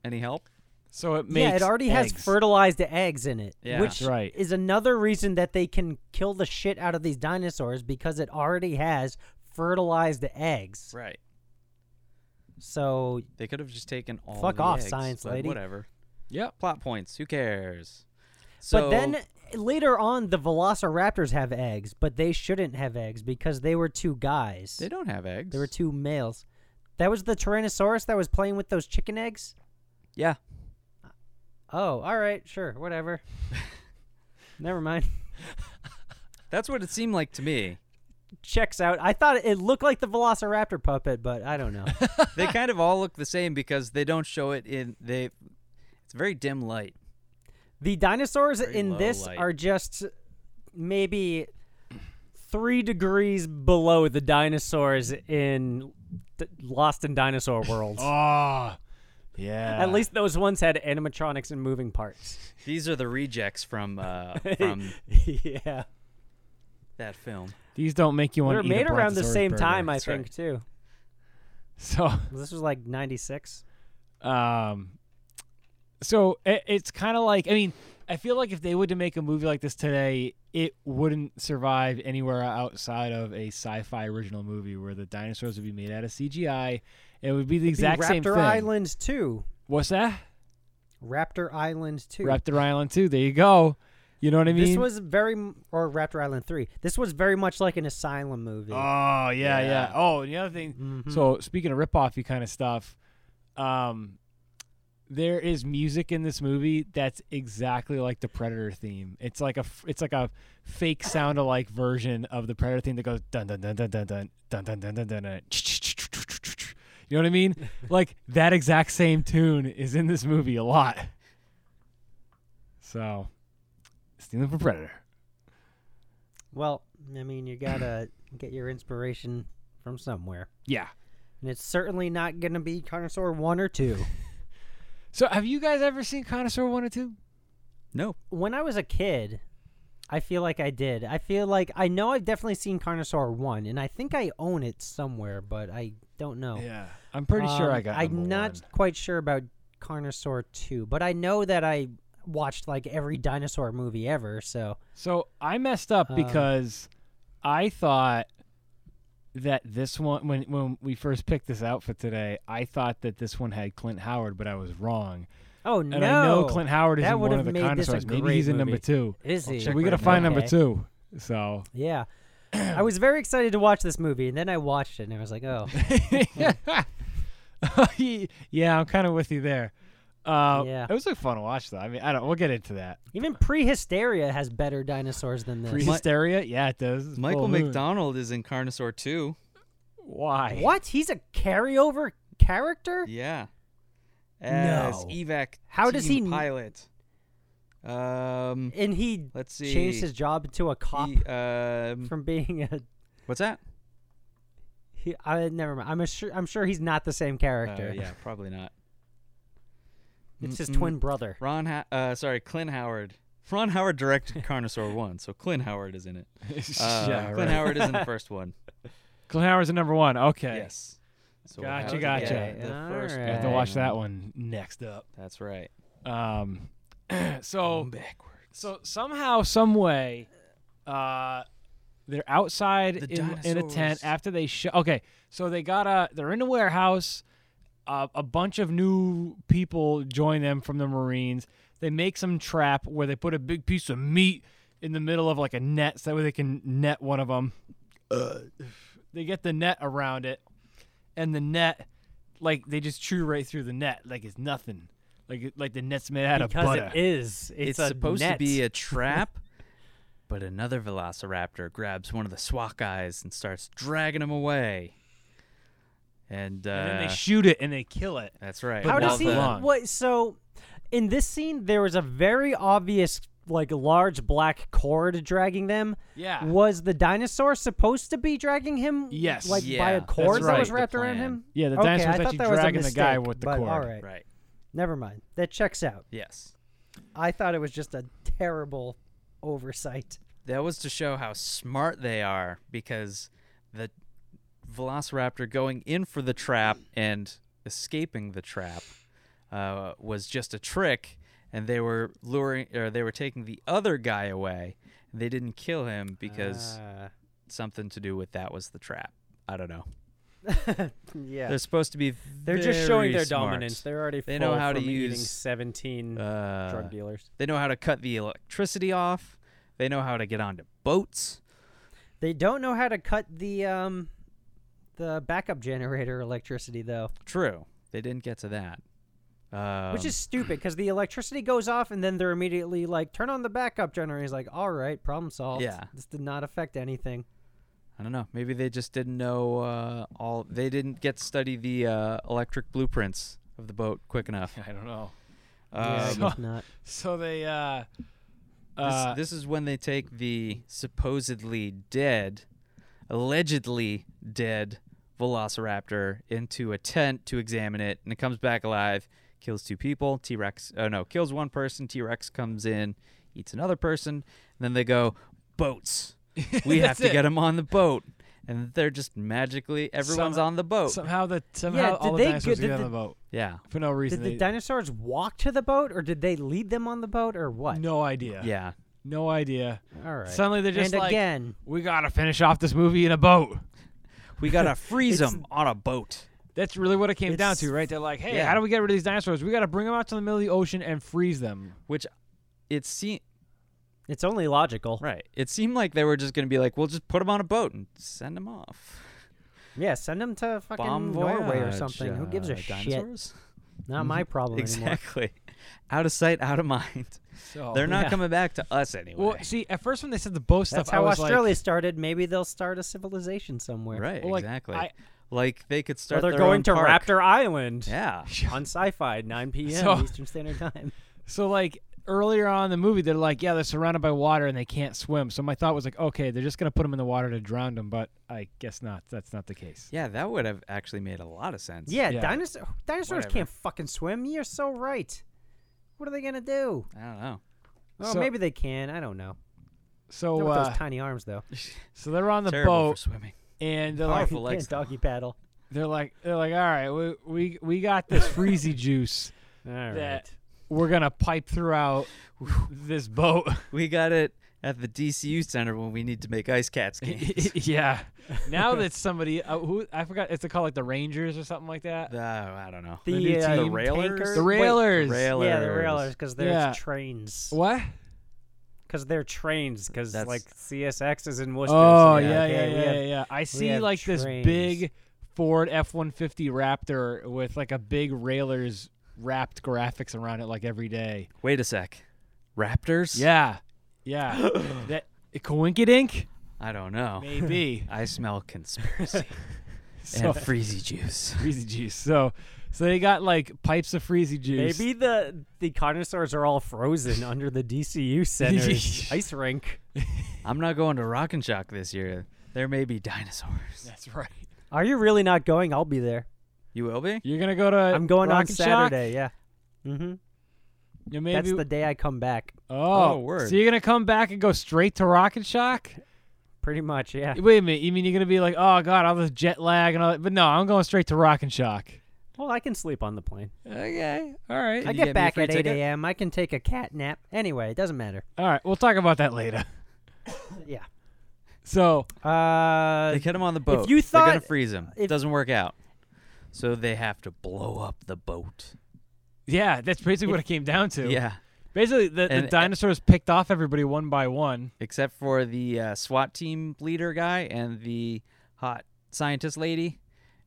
Speaker 1: any help.
Speaker 8: so it makes
Speaker 9: yeah, it already has
Speaker 8: eggs.
Speaker 9: fertilized eggs in it,
Speaker 1: Yeah.
Speaker 9: which
Speaker 8: Right.
Speaker 9: is another reason that they can kill the shit out of these dinosaurs because it already has fertilized eggs.
Speaker 1: Right.
Speaker 9: So
Speaker 1: They could have just taken all.
Speaker 9: Fuck
Speaker 1: the
Speaker 9: off,
Speaker 1: eggs,
Speaker 9: science
Speaker 1: but
Speaker 9: lady.
Speaker 1: Whatever.
Speaker 8: Yep.
Speaker 1: Plot points. Who cares? So,
Speaker 9: but then eh, later on, the Velociraptors have eggs, but they shouldn't have eggs because they were two guys.
Speaker 1: they don't have eggs.
Speaker 9: They were two males. That was the Tyrannosaurus that was playing with those chicken eggs.
Speaker 1: Yeah.
Speaker 9: Oh, all right, sure,
Speaker 1: [laughs]
Speaker 9: whatever. Never mind. [laughs]
Speaker 1: That's what it seemed like to me.
Speaker 9: Checks out. I thought it looked like the Velociraptor puppet, but
Speaker 1: [laughs]
Speaker 9: I don't know. [laughs]
Speaker 1: they kind of all look the same because they don't show it in they. It's very dim light.
Speaker 9: the dinosaurs
Speaker 1: Very
Speaker 9: in
Speaker 1: low
Speaker 9: this
Speaker 1: light.
Speaker 9: are just maybe three degrees below the dinosaurs in D- Lost in Dinosaur World.
Speaker 8: [laughs] Ah, yeah.
Speaker 9: At least those ones had animatronics and moving parts.
Speaker 1: These are the rejects from uh, from
Speaker 9: [laughs] yeah.
Speaker 1: that film.
Speaker 8: these don't make you want
Speaker 9: They're
Speaker 8: to eat
Speaker 9: made
Speaker 8: a
Speaker 9: around the
Speaker 8: Brontosaurus
Speaker 9: same
Speaker 8: burger.
Speaker 9: time, I
Speaker 1: That's
Speaker 9: think,
Speaker 1: right.
Speaker 9: too.
Speaker 8: [laughs] So,
Speaker 9: This was like 96.
Speaker 8: um, so it, it's kind of like I mean, I feel like if they were to make a movie like this today, it wouldn't survive anywhere outside of a sci-fi original movie where the dinosaurs would be made out of CGI. It would be the exact
Speaker 9: Raptor
Speaker 8: same thing.
Speaker 9: Island 2.
Speaker 8: What's that?
Speaker 9: Raptor Island 2.
Speaker 8: Raptor Island 2. There you go. You know what I mean?
Speaker 9: This was very m- or Raptor Island three. This was very much like an asylum movie.
Speaker 8: Oh yeah, yeah. Oh, and the other thing. So speaking of ripoffy kind of stuff, um, there is music in this movie that's exactly like the Predator theme. It's like a f- it's like a fake sound alike version of the Predator theme that goes dun dun dun dun dun dun dun dun dun dun dun. dun. You know what I mean? [laughs] Like that exact same tune is in this movie a lot. So, stealing from Predator.
Speaker 9: Well, I mean, you gotta get your inspiration from somewhere,
Speaker 8: Yeah.
Speaker 9: and it's certainly not gonna be Connoisseur one or two.
Speaker 8: So, have you guys ever seen Connoisseur One or Two?
Speaker 1: No.
Speaker 9: when I was a kid, I feel like I did. I feel like I know I've definitely seen Carnosaur one, and I think I own it somewhere, but I don't know.
Speaker 8: Yeah, I'm pretty sure I
Speaker 9: Um,
Speaker 8: got.
Speaker 9: I'm
Speaker 8: number
Speaker 9: not
Speaker 8: one.
Speaker 9: quite sure about Carnosaur two, but I know that I watched like every dinosaur movie ever. So
Speaker 8: So I messed
Speaker 9: Um,
Speaker 8: up because I thought that this one, when when we first picked this out for today, I thought that this one had Clint Howard, but I was wrong.
Speaker 9: oh
Speaker 8: And
Speaker 9: no,
Speaker 8: I know Clint Howard is
Speaker 9: that
Speaker 8: in one of
Speaker 9: would've
Speaker 8: the
Speaker 9: made this a
Speaker 8: connoisseurs. Maybe
Speaker 9: great
Speaker 8: he's in number
Speaker 9: movie.
Speaker 8: two.
Speaker 9: Is he?
Speaker 8: we gotta
Speaker 9: right
Speaker 8: find
Speaker 9: now.
Speaker 8: number
Speaker 9: Okay. [laughs]
Speaker 8: two. So [laughs] [clears throat]
Speaker 9: Yeah. I was very excited to watch this movie, and then I watched it, and I was
Speaker 8: [laughs]
Speaker 9: like, "Oh,
Speaker 8: yeah, I'm kind of with you there. Uh,
Speaker 9: Yeah.
Speaker 8: it was a fun watch though. I mean, I don't. We'll get into that.
Speaker 9: even Prehysteria has better dinosaurs than this."
Speaker 8: Pre hysteria, yeah, it does. It's
Speaker 1: Michael
Speaker 8: full moon.
Speaker 1: McDonald is in Carnosaur 2.
Speaker 8: Why?
Speaker 9: What? He's a carryover character?
Speaker 1: Yeah. As
Speaker 9: No.
Speaker 1: evac
Speaker 9: How does
Speaker 1: team
Speaker 9: he kn-
Speaker 1: pilot? Um
Speaker 9: And he
Speaker 1: let's see.
Speaker 9: changed his job to a cop
Speaker 1: He, um,
Speaker 9: [laughs] from being a.
Speaker 1: what's that?
Speaker 9: He, I never mind. I'm sure. I'm sure he's not the same character. Mm,
Speaker 1: Uh, yeah, Mm-hmm. probably not.
Speaker 9: It's his
Speaker 1: Mm-mm.
Speaker 9: twin brother.
Speaker 1: Ron, ha- uh, sorry, Clint Howard. Ron Howard directed Carnosaur One, so Clint Howard is in it.
Speaker 8: [laughs]
Speaker 1: Uh,
Speaker 8: yeah,
Speaker 1: Clint
Speaker 8: right.
Speaker 1: Howard
Speaker 8: [laughs]
Speaker 1: is in the first one.
Speaker 8: Clint Howard's the number one. Okay.
Speaker 1: Yes. So
Speaker 8: Gotcha,
Speaker 1: Howard-
Speaker 8: gotcha.
Speaker 1: yeah, the
Speaker 9: All
Speaker 1: first
Speaker 9: right.
Speaker 8: I have to
Speaker 1: one.
Speaker 8: watch that one next up.
Speaker 1: That's right.
Speaker 8: Um, so
Speaker 1: Backwards.
Speaker 8: so somehow, some way, uh, they're outside
Speaker 1: The
Speaker 8: in, in a tent
Speaker 1: dinosaurs.
Speaker 8: after they sh- Okay, so they got a. They're in a warehouse. Uh, a bunch of new people join them from the Marines. They make some trap where they put a big piece of meat in the middle of like a net, so that way they can net one of them. They get the net around it, and the net, like they just chew right through the net, like it's nothing. Like it- like the net's made out of
Speaker 9: Because
Speaker 8: butter.
Speaker 9: it is. It's,
Speaker 1: it's
Speaker 9: a
Speaker 1: supposed to
Speaker 9: net. [laughs]
Speaker 1: be a trap, but another velociraptor grabs one of the SWAT guys and starts dragging him away. And, uh,
Speaker 8: and then they shoot it and they kill it.
Speaker 1: that's right.
Speaker 8: But
Speaker 9: How
Speaker 8: while
Speaker 9: does he?
Speaker 8: the-
Speaker 9: What? So, in this scene, there was a very obvious, like, large black cord dragging them.
Speaker 8: Yeah.
Speaker 9: Was the dinosaur supposed to be dragging him?
Speaker 8: Yes.
Speaker 9: Like by
Speaker 1: Yeah,
Speaker 9: a
Speaker 1: that's
Speaker 9: cord that
Speaker 8: right.
Speaker 9: was
Speaker 8: The
Speaker 9: wrapped around
Speaker 1: plan.
Speaker 9: him.
Speaker 8: Yeah, the
Speaker 9: okay,
Speaker 8: dinosaur
Speaker 9: I
Speaker 8: was
Speaker 9: thought
Speaker 8: actually
Speaker 9: that was a
Speaker 8: dragging the guy
Speaker 9: mistake,
Speaker 8: with the
Speaker 9: but
Speaker 8: cord.
Speaker 9: All right.
Speaker 1: Right.
Speaker 9: Never mind. That checks out.
Speaker 1: Yes.
Speaker 9: I thought it was just a terrible oversight.
Speaker 1: That was to show how smart they are because the velociraptor going in for the trap and escaping the trap uh, was just a trick, and they were luring or they were taking the other guy away. They didn't kill him because
Speaker 9: Ah.
Speaker 1: something to do with that was the trap. I don't know.
Speaker 9: [laughs] yeah.
Speaker 1: They're supposed to be.
Speaker 9: They're just showing
Speaker 1: very
Speaker 9: their
Speaker 1: smart.
Speaker 9: dominance. They're already
Speaker 1: They know
Speaker 9: full
Speaker 1: how to
Speaker 9: from eating
Speaker 1: use,
Speaker 9: 17
Speaker 1: uh,
Speaker 9: drug dealers.
Speaker 1: They know how to cut the electricity off. They know how to get onto boats.
Speaker 9: They don't know how to cut the um the backup generator electricity though,
Speaker 1: True, they didn't get to that. Um,
Speaker 9: which is stupid because the electricity goes off and then they're immediately like, "Turn on the backup generator." He's like, "All right, problem solved."
Speaker 1: Yeah.
Speaker 9: This did not affect anything.
Speaker 1: I don't know. Maybe they just didn't know uh, all. They didn't get to study the uh, electric blueprints of the boat quick
Speaker 8: [laughs]
Speaker 1: enough.
Speaker 8: I don't know.
Speaker 9: yeah, I
Speaker 1: Um, [laughs]
Speaker 9: guess not.
Speaker 8: So they uh, uh
Speaker 1: this, this is when they take the supposedly dead, allegedly dead Velociraptor into a tent to examine it, and it comes back alive, kills two people. T Rex, oh no, kills one person. T Rex comes in, eats another person. And then they go
Speaker 8: [laughs]
Speaker 1: boats. We have to
Speaker 8: it.
Speaker 1: get them on the boat, and they're just magically everyone's
Speaker 8: Some-
Speaker 1: on the boat.
Speaker 8: somehow the somehow
Speaker 9: did
Speaker 8: all the
Speaker 9: they go-
Speaker 8: dinosaurs
Speaker 9: did
Speaker 8: get on
Speaker 9: the-
Speaker 8: the boat
Speaker 1: yeah,
Speaker 8: for no reason.
Speaker 9: Did the
Speaker 8: they-
Speaker 9: dinosaurs walk to the boat, or did they lead them on the boat, or what?
Speaker 8: no idea.
Speaker 1: yeah.
Speaker 8: No idea.
Speaker 9: All right.
Speaker 8: Suddenly they're just
Speaker 9: and
Speaker 8: like,
Speaker 9: again,
Speaker 8: we gotta finish off this movie in a boat.
Speaker 1: We [laughs] gotta freeze them on a boat.
Speaker 8: That's really what it came down to,
Speaker 9: It's-
Speaker 8: right? They're like, hey,
Speaker 1: Yeah.
Speaker 8: how do we get rid of these dinosaurs? We gotta bring them out to the middle of the ocean and freeze them.
Speaker 1: Which it seems
Speaker 9: It's only logical.
Speaker 1: Right. It seemed like they were just going to be like, we'll just put them on a boat and send them off.
Speaker 9: Yeah, send them to fucking
Speaker 1: Bomb
Speaker 9: Norway or
Speaker 1: voyage,
Speaker 9: something. Who gives a
Speaker 1: uh,
Speaker 9: shit?
Speaker 1: dinosaurs? [laughs]
Speaker 9: Not my
Speaker 8: Mm-hmm.
Speaker 9: problem anymore.
Speaker 8: [laughs]
Speaker 1: Exactly. Out of sight, out of mind. [laughs]
Speaker 8: So
Speaker 1: They're not
Speaker 9: Yeah.
Speaker 1: coming back to us anyway.
Speaker 8: Well, see, at first when they said the boat stuff,
Speaker 9: That's
Speaker 8: I
Speaker 9: how
Speaker 8: was
Speaker 9: Australia
Speaker 8: like,
Speaker 9: started. Maybe they'll start a civilization somewhere.
Speaker 1: right.
Speaker 8: well, like,
Speaker 1: exactly.
Speaker 8: I-
Speaker 1: like they could
Speaker 9: Or
Speaker 1: start.
Speaker 9: they're
Speaker 1: their
Speaker 9: going
Speaker 1: own
Speaker 9: to
Speaker 1: park.
Speaker 9: Raptor Island
Speaker 1: Yeah.
Speaker 9: [laughs] on Sci-Fi 9 p.m.
Speaker 8: So-
Speaker 9: [laughs] Eastern
Speaker 8: [laughs]
Speaker 9: Standard Time.
Speaker 8: So like earlier on in the movie, they're like, yeah, they're surrounded by water and they can't swim. So my thought was like, okay, they're just gonna put them in the water to drown them, but I guess not. That's not the case.
Speaker 1: Yeah, that would have actually made a lot of sense.
Speaker 9: Yeah,
Speaker 8: Yeah.
Speaker 9: dinosaur, dinosaurs
Speaker 1: Whatever.
Speaker 9: can't fucking swim. You're so right. What are they gonna do?
Speaker 1: I don't know.
Speaker 9: Oh,
Speaker 8: So-
Speaker 9: maybe they can. I don't know. They're
Speaker 8: So
Speaker 9: with
Speaker 8: uh,
Speaker 9: those tiny
Speaker 8: [laughs]
Speaker 9: arms though.
Speaker 8: so they're on the
Speaker 1: Terrible for
Speaker 8: boat
Speaker 1: swimming.
Speaker 8: and they're like,
Speaker 1: Powerful
Speaker 9: You
Speaker 1: legs.
Speaker 9: can't [laughs] doggy paddle.
Speaker 8: they're like, they're like, all right, we we, we got
Speaker 9: [laughs]
Speaker 8: this freezy juice.
Speaker 9: All right.
Speaker 8: That- We're gonna pipe throughout this
Speaker 9: [laughs]
Speaker 8: boat. [laughs]
Speaker 1: We got it at the DCU Center when we need to make ice
Speaker 9: [laughs]
Speaker 1: cats games.
Speaker 8: yeah. Now that somebody uh, who I forgot, it's called like the Rangers or something like that.
Speaker 1: Oh, I don't know.
Speaker 9: The,
Speaker 1: new
Speaker 9: uh,
Speaker 1: team.
Speaker 9: The Railers? tankers?
Speaker 8: The
Speaker 9: Wait,
Speaker 8: railers.
Speaker 1: Railers.
Speaker 9: Yeah, the railers because they're
Speaker 8: Yeah.
Speaker 9: trains.
Speaker 8: What?
Speaker 9: Because they're trains. Because
Speaker 1: That's-
Speaker 9: like CSX is in Worcester.
Speaker 8: Oh
Speaker 9: so
Speaker 8: yeah, yeah,
Speaker 9: okay,
Speaker 8: yeah,
Speaker 9: we
Speaker 8: yeah,
Speaker 9: have-
Speaker 8: yeah. I see
Speaker 9: have
Speaker 8: like this
Speaker 9: trains.
Speaker 8: big Ford F one fifty Raptor with like a big railers wrapped graphics around it like every day.
Speaker 1: Wait a sec. Raptors?
Speaker 8: Yeah,
Speaker 9: [gasps]
Speaker 8: yeah. that coinkydink
Speaker 1: I don't know.
Speaker 9: [laughs]
Speaker 8: maybe.
Speaker 1: I smell conspiracy [laughs]
Speaker 8: so
Speaker 1: and freezy
Speaker 9: [laughs]
Speaker 1: juice.
Speaker 8: freezy juice. So, so they got like pipes of freezy juice.
Speaker 9: Maybe the the connoisseurs are all frozen under the
Speaker 8: [laughs]
Speaker 9: DCU center's ice rink.
Speaker 1: I'm not going to Rock and Shock this year. There may be dinosaurs.
Speaker 8: That's right.
Speaker 9: Are you really not going? I'll be there.
Speaker 1: You will be?
Speaker 8: You're gonna go to.
Speaker 9: I'm going
Speaker 8: Rock
Speaker 9: on
Speaker 8: and Shock?
Speaker 9: Saturday. Yeah. Mm-hmm.
Speaker 8: Yeah, maybe.
Speaker 9: That's the day I come back.
Speaker 8: oh,
Speaker 1: Oh, word.
Speaker 8: so you're gonna come back and go straight to Rocket Shock?
Speaker 9: [laughs] Pretty much. Yeah.
Speaker 8: Wait a minute. You mean you're gonna be like, oh god, all this jet lag and all that? But no, I'm going straight to Rock and Shock.
Speaker 9: Well, I can sleep on the plane.
Speaker 8: Okay. All right.
Speaker 9: I
Speaker 1: you
Speaker 9: get,
Speaker 1: get me a
Speaker 9: back
Speaker 1: free
Speaker 9: at 8
Speaker 1: ticket?
Speaker 9: a.m. I can take a cat nap. Anyway, it doesn't matter.
Speaker 8: All right. We'll talk about that later. [laughs]
Speaker 9: Yeah.
Speaker 8: So,
Speaker 9: Uh,
Speaker 1: They get them on the boat.
Speaker 9: you
Speaker 1: They're going
Speaker 9: thought-
Speaker 1: to freeze them. It
Speaker 9: if-
Speaker 1: doesn't work out. So they have to blow up the boat.
Speaker 8: yeah, that's basically what it came down to.
Speaker 1: Yeah.
Speaker 8: Basically, the, the
Speaker 1: And- uh,
Speaker 8: dinosaurs picked off everybody one by one.
Speaker 1: Except for the uh, SWAT team leader guy and the hot scientist lady.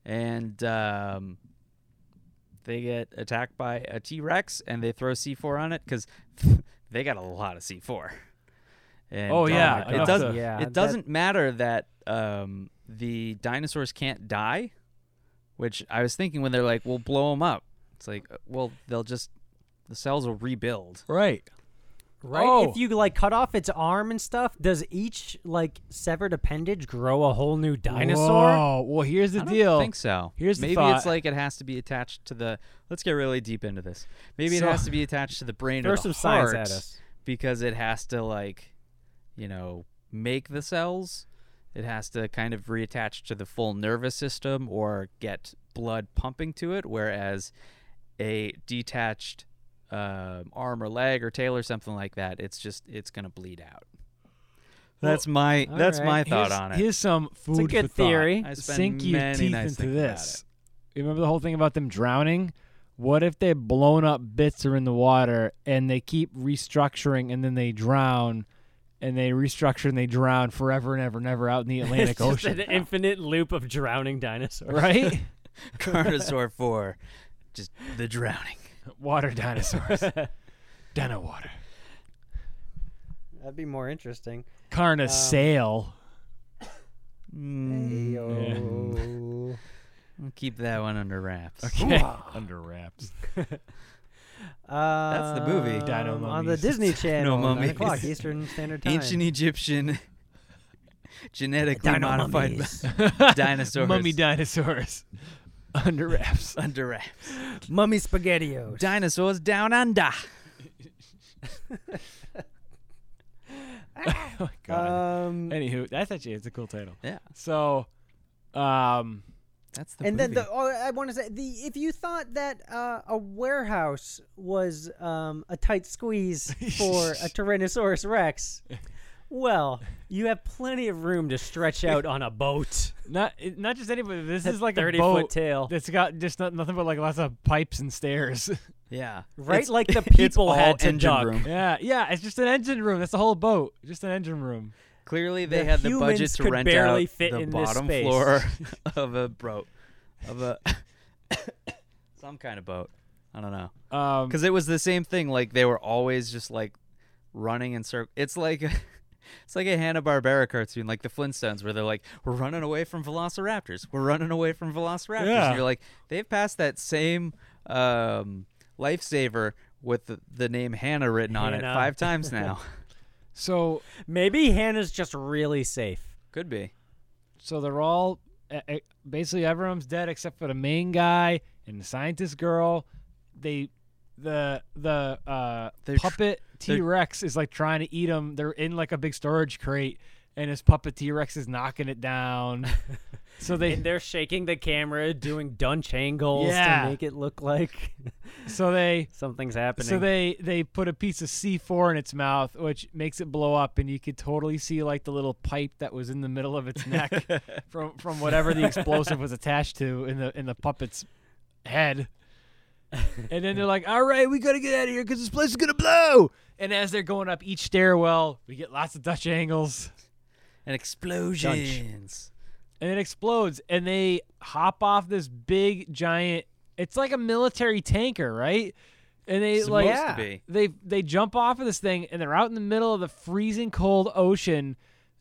Speaker 1: And um, they get attacked by a T Rex and they throw C4 on it because [laughs] they got a lot of C4. And,
Speaker 8: Oh,
Speaker 1: my
Speaker 8: yeah,
Speaker 1: God. it
Speaker 8: enough
Speaker 1: doesn't.
Speaker 8: to-
Speaker 9: Yeah,
Speaker 1: it
Speaker 9: that-
Speaker 1: doesn't matter that um, the dinosaurs can't die, which I was thinking when they're like, "We'll blow them up." It's like, uh, well, they'll just the cells will rebuild.
Speaker 8: Right.
Speaker 9: right?
Speaker 8: Oh.
Speaker 9: If you like cut off its arm and stuff, does each like severed appendage grow a whole new dinosaur?
Speaker 8: Whoa. Well, here's the
Speaker 1: I don't
Speaker 8: deal.
Speaker 1: think so.
Speaker 8: Here's the
Speaker 1: maybe
Speaker 8: thought.
Speaker 1: it's like it has to be attached to the. Let's get really deep into this. Maybe
Speaker 8: So-
Speaker 1: it has to be attached to the brain
Speaker 9: Throw
Speaker 1: or the
Speaker 9: some science
Speaker 1: heart
Speaker 9: at [laughs] us.
Speaker 1: because it has to like, you know, make the cells. It has to kind of reattach to the full nervous system or get blood pumping to it. Whereas a detached um, arm or leg or tail or something like that, it's just it's gonna bleed out. That's my
Speaker 9: all
Speaker 1: that's
Speaker 9: right.
Speaker 1: my thought
Speaker 8: here's,
Speaker 1: on it.
Speaker 8: Here's some food
Speaker 9: good
Speaker 8: for thought.
Speaker 9: theory.
Speaker 1: I spend
Speaker 8: Sink your
Speaker 1: many
Speaker 8: teeth
Speaker 1: nights
Speaker 8: into
Speaker 1: thinking about
Speaker 8: this. You remember the whole thing about them drowning? What if they blown up bits are in the water and they keep restructuring and then they drown and they restructure and they drown forever and ever and ever out [laughs] in the Atlantic Ocean?
Speaker 9: infinite loop of drowning dinosaurs.
Speaker 8: [laughs] right?
Speaker 1: Carnosaur for just the drowning.
Speaker 8: water [laughs] dinosaurs. Dino water.
Speaker 9: That'd be more interesting.
Speaker 8: Carna [laughs] sail.
Speaker 9: Ayo.
Speaker 1: We'll keep that one under wraps.
Speaker 8: Under [laughs] wraps.
Speaker 1: That's the movie.
Speaker 9: Um,
Speaker 8: Dino
Speaker 9: on the
Speaker 8: mummies.
Speaker 9: Disney Channel, nine
Speaker 1: mummies.
Speaker 9: o'clock Eastern Standard Time.
Speaker 1: Ancient Egyptian [laughs] genetically
Speaker 9: Dino
Speaker 1: modified
Speaker 9: mummies.
Speaker 1: dinosaurs.
Speaker 8: Mummy dinosaurs. [laughs] Under [laughs] wraps.
Speaker 1: [laughs] under wraps.
Speaker 9: Mummy SpaghettiOs.
Speaker 1: Dinosaurs down under.
Speaker 8: oh my god.
Speaker 9: um,
Speaker 8: Anywho, that's actually it's a cool title.
Speaker 1: Yeah,
Speaker 8: So, um,
Speaker 1: that's the
Speaker 9: and then
Speaker 1: movie.
Speaker 9: the, oh, I want to say the if you thought that uh, a warehouse was um, a tight squeeze for a Tyrannosaurus Rex, well, you have plenty of room to stretch out on a boat.
Speaker 8: not it- not just anybody. This
Speaker 9: That
Speaker 8: is like a
Speaker 9: 30
Speaker 8: boat
Speaker 9: foot tail. [laughs]
Speaker 8: that's got just not, nothing but like lots of pipes and stairs.
Speaker 1: Yeah.
Speaker 9: Right
Speaker 1: It's-
Speaker 9: like the
Speaker 1: [laughs] it's
Speaker 9: people
Speaker 1: all
Speaker 9: had to
Speaker 1: engine
Speaker 9: duck.
Speaker 1: room.
Speaker 8: Yeah, yeah. It's just an engine room. That's the whole boat. Just an engine room.
Speaker 1: Clearly, they
Speaker 9: The
Speaker 1: had the budget
Speaker 9: humans
Speaker 1: to
Speaker 9: could
Speaker 1: rent
Speaker 9: barely
Speaker 1: out
Speaker 9: fit
Speaker 1: the
Speaker 9: in this
Speaker 1: bottom
Speaker 9: space. [laughs]
Speaker 1: floor of a boat, of a [coughs] some kind of boat. I don't know,
Speaker 8: Um,
Speaker 1: because it was the same thing. Like they were always just like running in circles. It's like [laughs] it's like a Hanna Barbera cartoon, like the Flintstones, where they're like, "We're running away from Velociraptors. We're running away from Velociraptors."
Speaker 8: Yeah.
Speaker 1: And you're like, they've passed that same um, lifesaver with the, the name Hannah written on it
Speaker 9: Hannah.
Speaker 1: five times now.
Speaker 8: so
Speaker 9: Maybe Hannah's just really safe.
Speaker 1: Could be.
Speaker 8: so they're all eh, eh, basically everyone's dead except for the main guy and the scientist girl. They the the uh,
Speaker 1: They're tr-
Speaker 8: puppet
Speaker 1: they're-
Speaker 8: T Rex is like trying to eat them. They're in like a big storage crate, and his puppet T Rex is knocking it
Speaker 1: [laughs]
Speaker 8: down. so they
Speaker 9: And they're shaking the camera, doing dunch angles
Speaker 8: Yeah.
Speaker 9: to make it look like [laughs]
Speaker 8: so they
Speaker 9: something's happening.
Speaker 8: So they they put a piece of C4 in its mouth, which makes it blow up, and you could totally see like the little pipe that was in the middle of its neck from from whatever the explosive was attached to in the in the puppet's head. And then they're like, "All right, we gotta get out of here because this place is gonna blow." And as they're going up each stairwell, we get lots of Dutch angles,
Speaker 1: and explosions.
Speaker 8: and it explodes, and they hop off this big giant. It's like a military tanker, right? And they
Speaker 1: Supposed
Speaker 8: like
Speaker 1: to be.
Speaker 8: they they jump off of this thing and they're out in the middle of the freezing cold ocean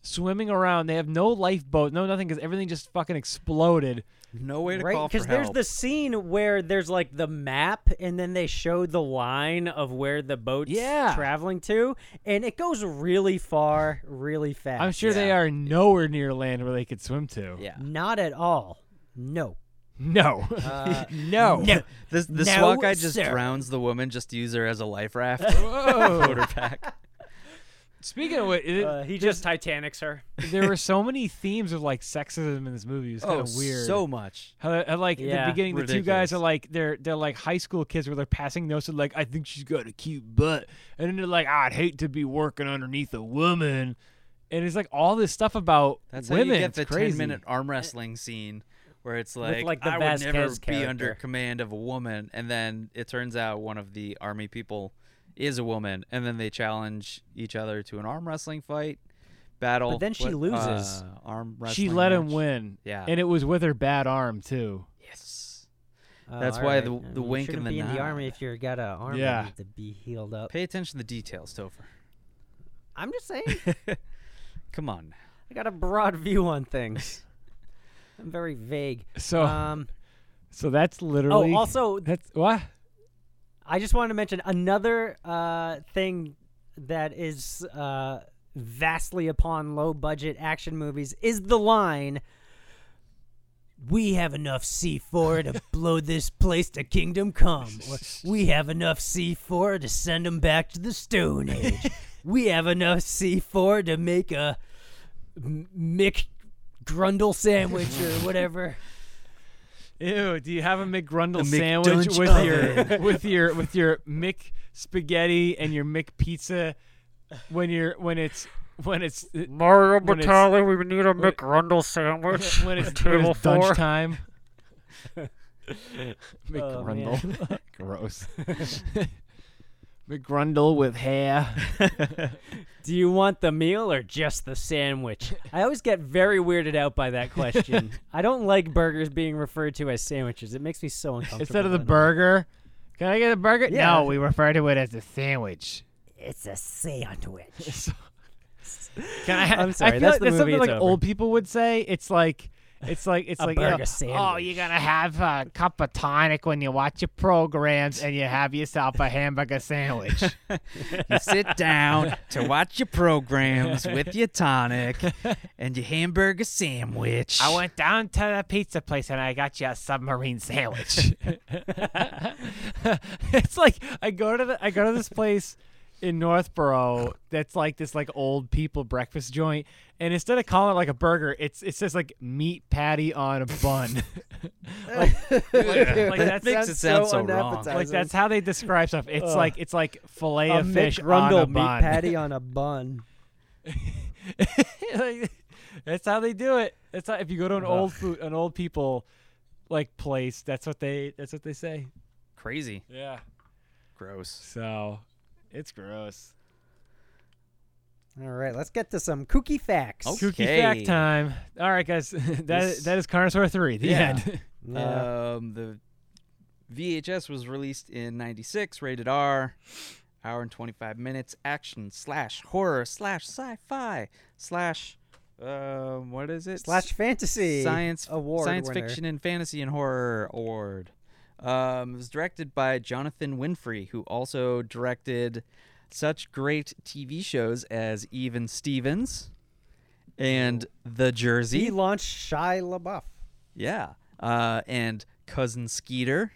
Speaker 8: swimming around they have no lifeboat no nothing because everything just fucking exploded
Speaker 1: No way to
Speaker 9: right
Speaker 1: call for
Speaker 9: because there's
Speaker 1: help.
Speaker 9: the scene where there's like the map and then they show the line of where the boat's
Speaker 8: Yeah.
Speaker 9: traveling to and it goes really far really fast
Speaker 8: i'm sure they are nowhere near land where they could swim to
Speaker 1: Yeah.
Speaker 9: not at all no
Speaker 8: no
Speaker 1: Uh,
Speaker 8: [laughs]
Speaker 1: [laughs]
Speaker 8: no,
Speaker 9: [laughs]
Speaker 1: This the
Speaker 9: No,
Speaker 1: SWAT guy just
Speaker 9: sir.
Speaker 1: drowns the woman just to use her as a life raft. [laughs]
Speaker 8: Whoa.
Speaker 1: Quarterback.
Speaker 8: speaking of
Speaker 1: [laughs]
Speaker 8: which it-
Speaker 9: uh, he just titanics her
Speaker 8: there were so many themes of like sexism in this movie it was kind
Speaker 1: Oh,
Speaker 8: of weird
Speaker 1: so much.
Speaker 8: How, how, like at
Speaker 9: Yeah.
Speaker 8: the beginning, the two
Speaker 1: Ridiculous.
Speaker 8: guys are like they're they're like high school kids where they're passing notes and like I think she's got a cute butt, and then they're like I'd hate to be working underneath a woman, and it's like all this stuff about
Speaker 1: That's
Speaker 8: women.
Speaker 1: how you get
Speaker 8: It's
Speaker 1: the
Speaker 8: crazy.
Speaker 1: ten minute arm wrestling scene where it's like,
Speaker 9: like, the
Speaker 1: I would never
Speaker 9: Vasquez
Speaker 1: be under
Speaker 9: character.
Speaker 1: command of a woman, and then it turns out one of the army people is a woman, and then they challenge each other to an arm wrestling fight battle.
Speaker 9: then she
Speaker 1: What-
Speaker 9: loses.
Speaker 1: uh, arm wrestling.
Speaker 8: She let him
Speaker 1: match.
Speaker 8: win,
Speaker 1: Yeah.
Speaker 8: and it was with her bad arm too.
Speaker 1: Yes.
Speaker 9: Oh,
Speaker 1: That's
Speaker 9: all
Speaker 1: why
Speaker 9: right.
Speaker 1: the-
Speaker 9: I
Speaker 1: the
Speaker 9: mean,
Speaker 1: wink
Speaker 9: you
Speaker 1: and
Speaker 9: shouldn't
Speaker 1: the
Speaker 9: be in the army
Speaker 1: nod.
Speaker 9: if you got an arm
Speaker 8: Yeah.
Speaker 9: you need to be healed up
Speaker 1: Pay attention to the details, Topher.
Speaker 9: i'm just saying
Speaker 1: Come on.
Speaker 9: i got a broad [laughs] view on things i'm very vague
Speaker 8: So
Speaker 1: Uh,
Speaker 9: um
Speaker 8: so that's
Speaker 1: Oh,
Speaker 8: literally.
Speaker 9: also-
Speaker 8: that's what
Speaker 9: I just wanted to mention another uh, thing that is uh, vastly upon low budget action movies is the line we have enough C4 to blow this place to kingdom come. Or, we have enough C4 to send them back to the stone age. we have enough C4 to make a M- Mick Grundle sandwich or whatever.
Speaker 8: Ew, do you have a McGrundle
Speaker 1: A
Speaker 8: sandwich
Speaker 1: McDunch
Speaker 8: with your [laughs] with your with your Mick spaghetti and your Mick pizza when you're when it's when it's Mario Batali, we need a McGrundle sandwich. [laughs] When it's, when it's Oh, dunch [laughs] time. McGrundle.
Speaker 1: [laughs]
Speaker 8: Gross. [laughs] McGrundle with hair.
Speaker 1: [laughs]
Speaker 9: Do you want the meal or just the sandwich? I always get very weirded out by that [laughs] question. I don't like burgers being referred to as sandwiches. It makes me so uncomfortable.
Speaker 8: Instead of the
Speaker 9: I don't-
Speaker 8: burger. Can I get a burger?
Speaker 9: Yeah.
Speaker 8: No, we refer to it as a sandwich.
Speaker 9: it's
Speaker 8: [laughs]
Speaker 9: a sandwich.
Speaker 8: Can I?
Speaker 9: [laughs] I'm
Speaker 8: I
Speaker 9: sorry,
Speaker 8: feel like
Speaker 9: that's the
Speaker 8: that's
Speaker 9: movie,
Speaker 8: something
Speaker 9: it's
Speaker 8: like
Speaker 9: over.
Speaker 8: old people would say. It's like, it's like, it's
Speaker 9: A
Speaker 8: like, you know,
Speaker 9: burger
Speaker 8: oh,
Speaker 9: sandwich."
Speaker 8: you're gonna have a cup of tonic when you watch your programs, and you have yourself a hamburger
Speaker 9: [laughs]
Speaker 8: sandwich.
Speaker 1: You
Speaker 8: [laughs]
Speaker 1: sit down to watch your programs with your
Speaker 8: [laughs]
Speaker 1: tonic and your hamburger sandwich.
Speaker 8: I
Speaker 1: [laughs]
Speaker 8: went down to the pizza place and I got you a submarine sandwich. [laughs] it's like I go to the I go to this place in Northborough that's like this like old people breakfast joint and instead of calling it like a burger it's it says like meat patty on a
Speaker 9: [laughs]
Speaker 8: bun. like, like, like
Speaker 1: That
Speaker 8: that
Speaker 1: makes
Speaker 8: sounds
Speaker 1: it sound so wrong.
Speaker 8: like that's how they describe stuff. It's like it's like fillet
Speaker 9: a
Speaker 8: of fish on a
Speaker 9: McGrundle
Speaker 8: bun.
Speaker 9: meat patty on a bun.
Speaker 8: [laughs] Like, that's how they do it. That's how, if you go to an old food, an old people like place. That's what they. That's what they say.
Speaker 1: Crazy.
Speaker 8: Yeah.
Speaker 1: gross.
Speaker 8: So it's gross.
Speaker 9: All right, let's get to some kooky facts.
Speaker 1: Oh.
Speaker 8: Kooky fact
Speaker 1: Okay.
Speaker 8: time. All right, guys. [laughs] that
Speaker 1: This-
Speaker 8: that is Carnosaur three. The
Speaker 1: Yeah.
Speaker 9: [laughs]
Speaker 8: end. [laughs]
Speaker 9: Yeah.
Speaker 1: Um, the VHS was released in '96, rated R, hour and 25 minutes, action slash horror slash sci-fi slash, um, what is it?
Speaker 9: Slash fantasy
Speaker 1: science
Speaker 9: award
Speaker 1: science
Speaker 9: winner.
Speaker 1: fiction and fantasy and horror award. Um, it was directed by Jonathan Winfrey, who also directed such great TV shows as Even Stevens and The
Speaker 9: He
Speaker 1: Jersey.
Speaker 9: launched Shia LaBeouf.
Speaker 1: Yeah. Uh, and Cousin Skeeter.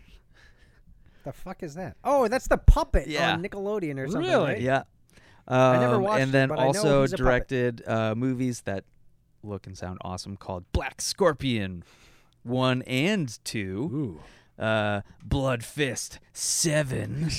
Speaker 9: The fuck is that? Oh, that's the puppet
Speaker 1: Yeah.
Speaker 9: on Nickelodeon or something.
Speaker 8: Really?
Speaker 9: right?
Speaker 1: Yeah. Um,
Speaker 9: never watched it,
Speaker 1: And then
Speaker 9: but I know
Speaker 1: also
Speaker 9: he's a puppet.
Speaker 1: directed uh, movies that look and sound awesome called Black Scorpion 1 and 2.
Speaker 8: Ooh.
Speaker 1: uh, Blood Fist
Speaker 9: [laughs]
Speaker 1: Seven,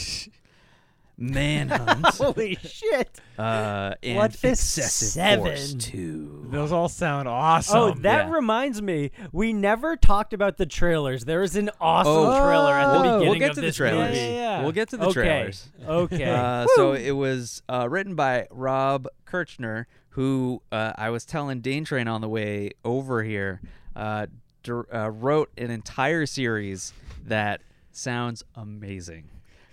Speaker 1: Manhunt,
Speaker 8: [laughs]
Speaker 9: Holy shit!
Speaker 1: uh, and
Speaker 9: Blood Fist
Speaker 1: Excessive Force
Speaker 9: Seven.
Speaker 1: Two.
Speaker 8: Those all sound awesome.
Speaker 9: Oh, that
Speaker 1: yeah.
Speaker 9: reminds me. We never talked about the trailers. There is an awesome
Speaker 1: Oh.
Speaker 9: trailer at the
Speaker 1: We'll-
Speaker 9: beginning
Speaker 1: we'll get
Speaker 9: of
Speaker 1: to the
Speaker 9: this
Speaker 1: trailers.
Speaker 9: movie.
Speaker 8: Yeah.
Speaker 1: We'll get to the
Speaker 9: okay.
Speaker 1: trailers.
Speaker 9: Okay.
Speaker 1: Uh, so it was uh, written by Rob Kirchner, who uh, I was telling Dane Train on the way over here uh, dir- uh, wrote an entire series that sounds amazing,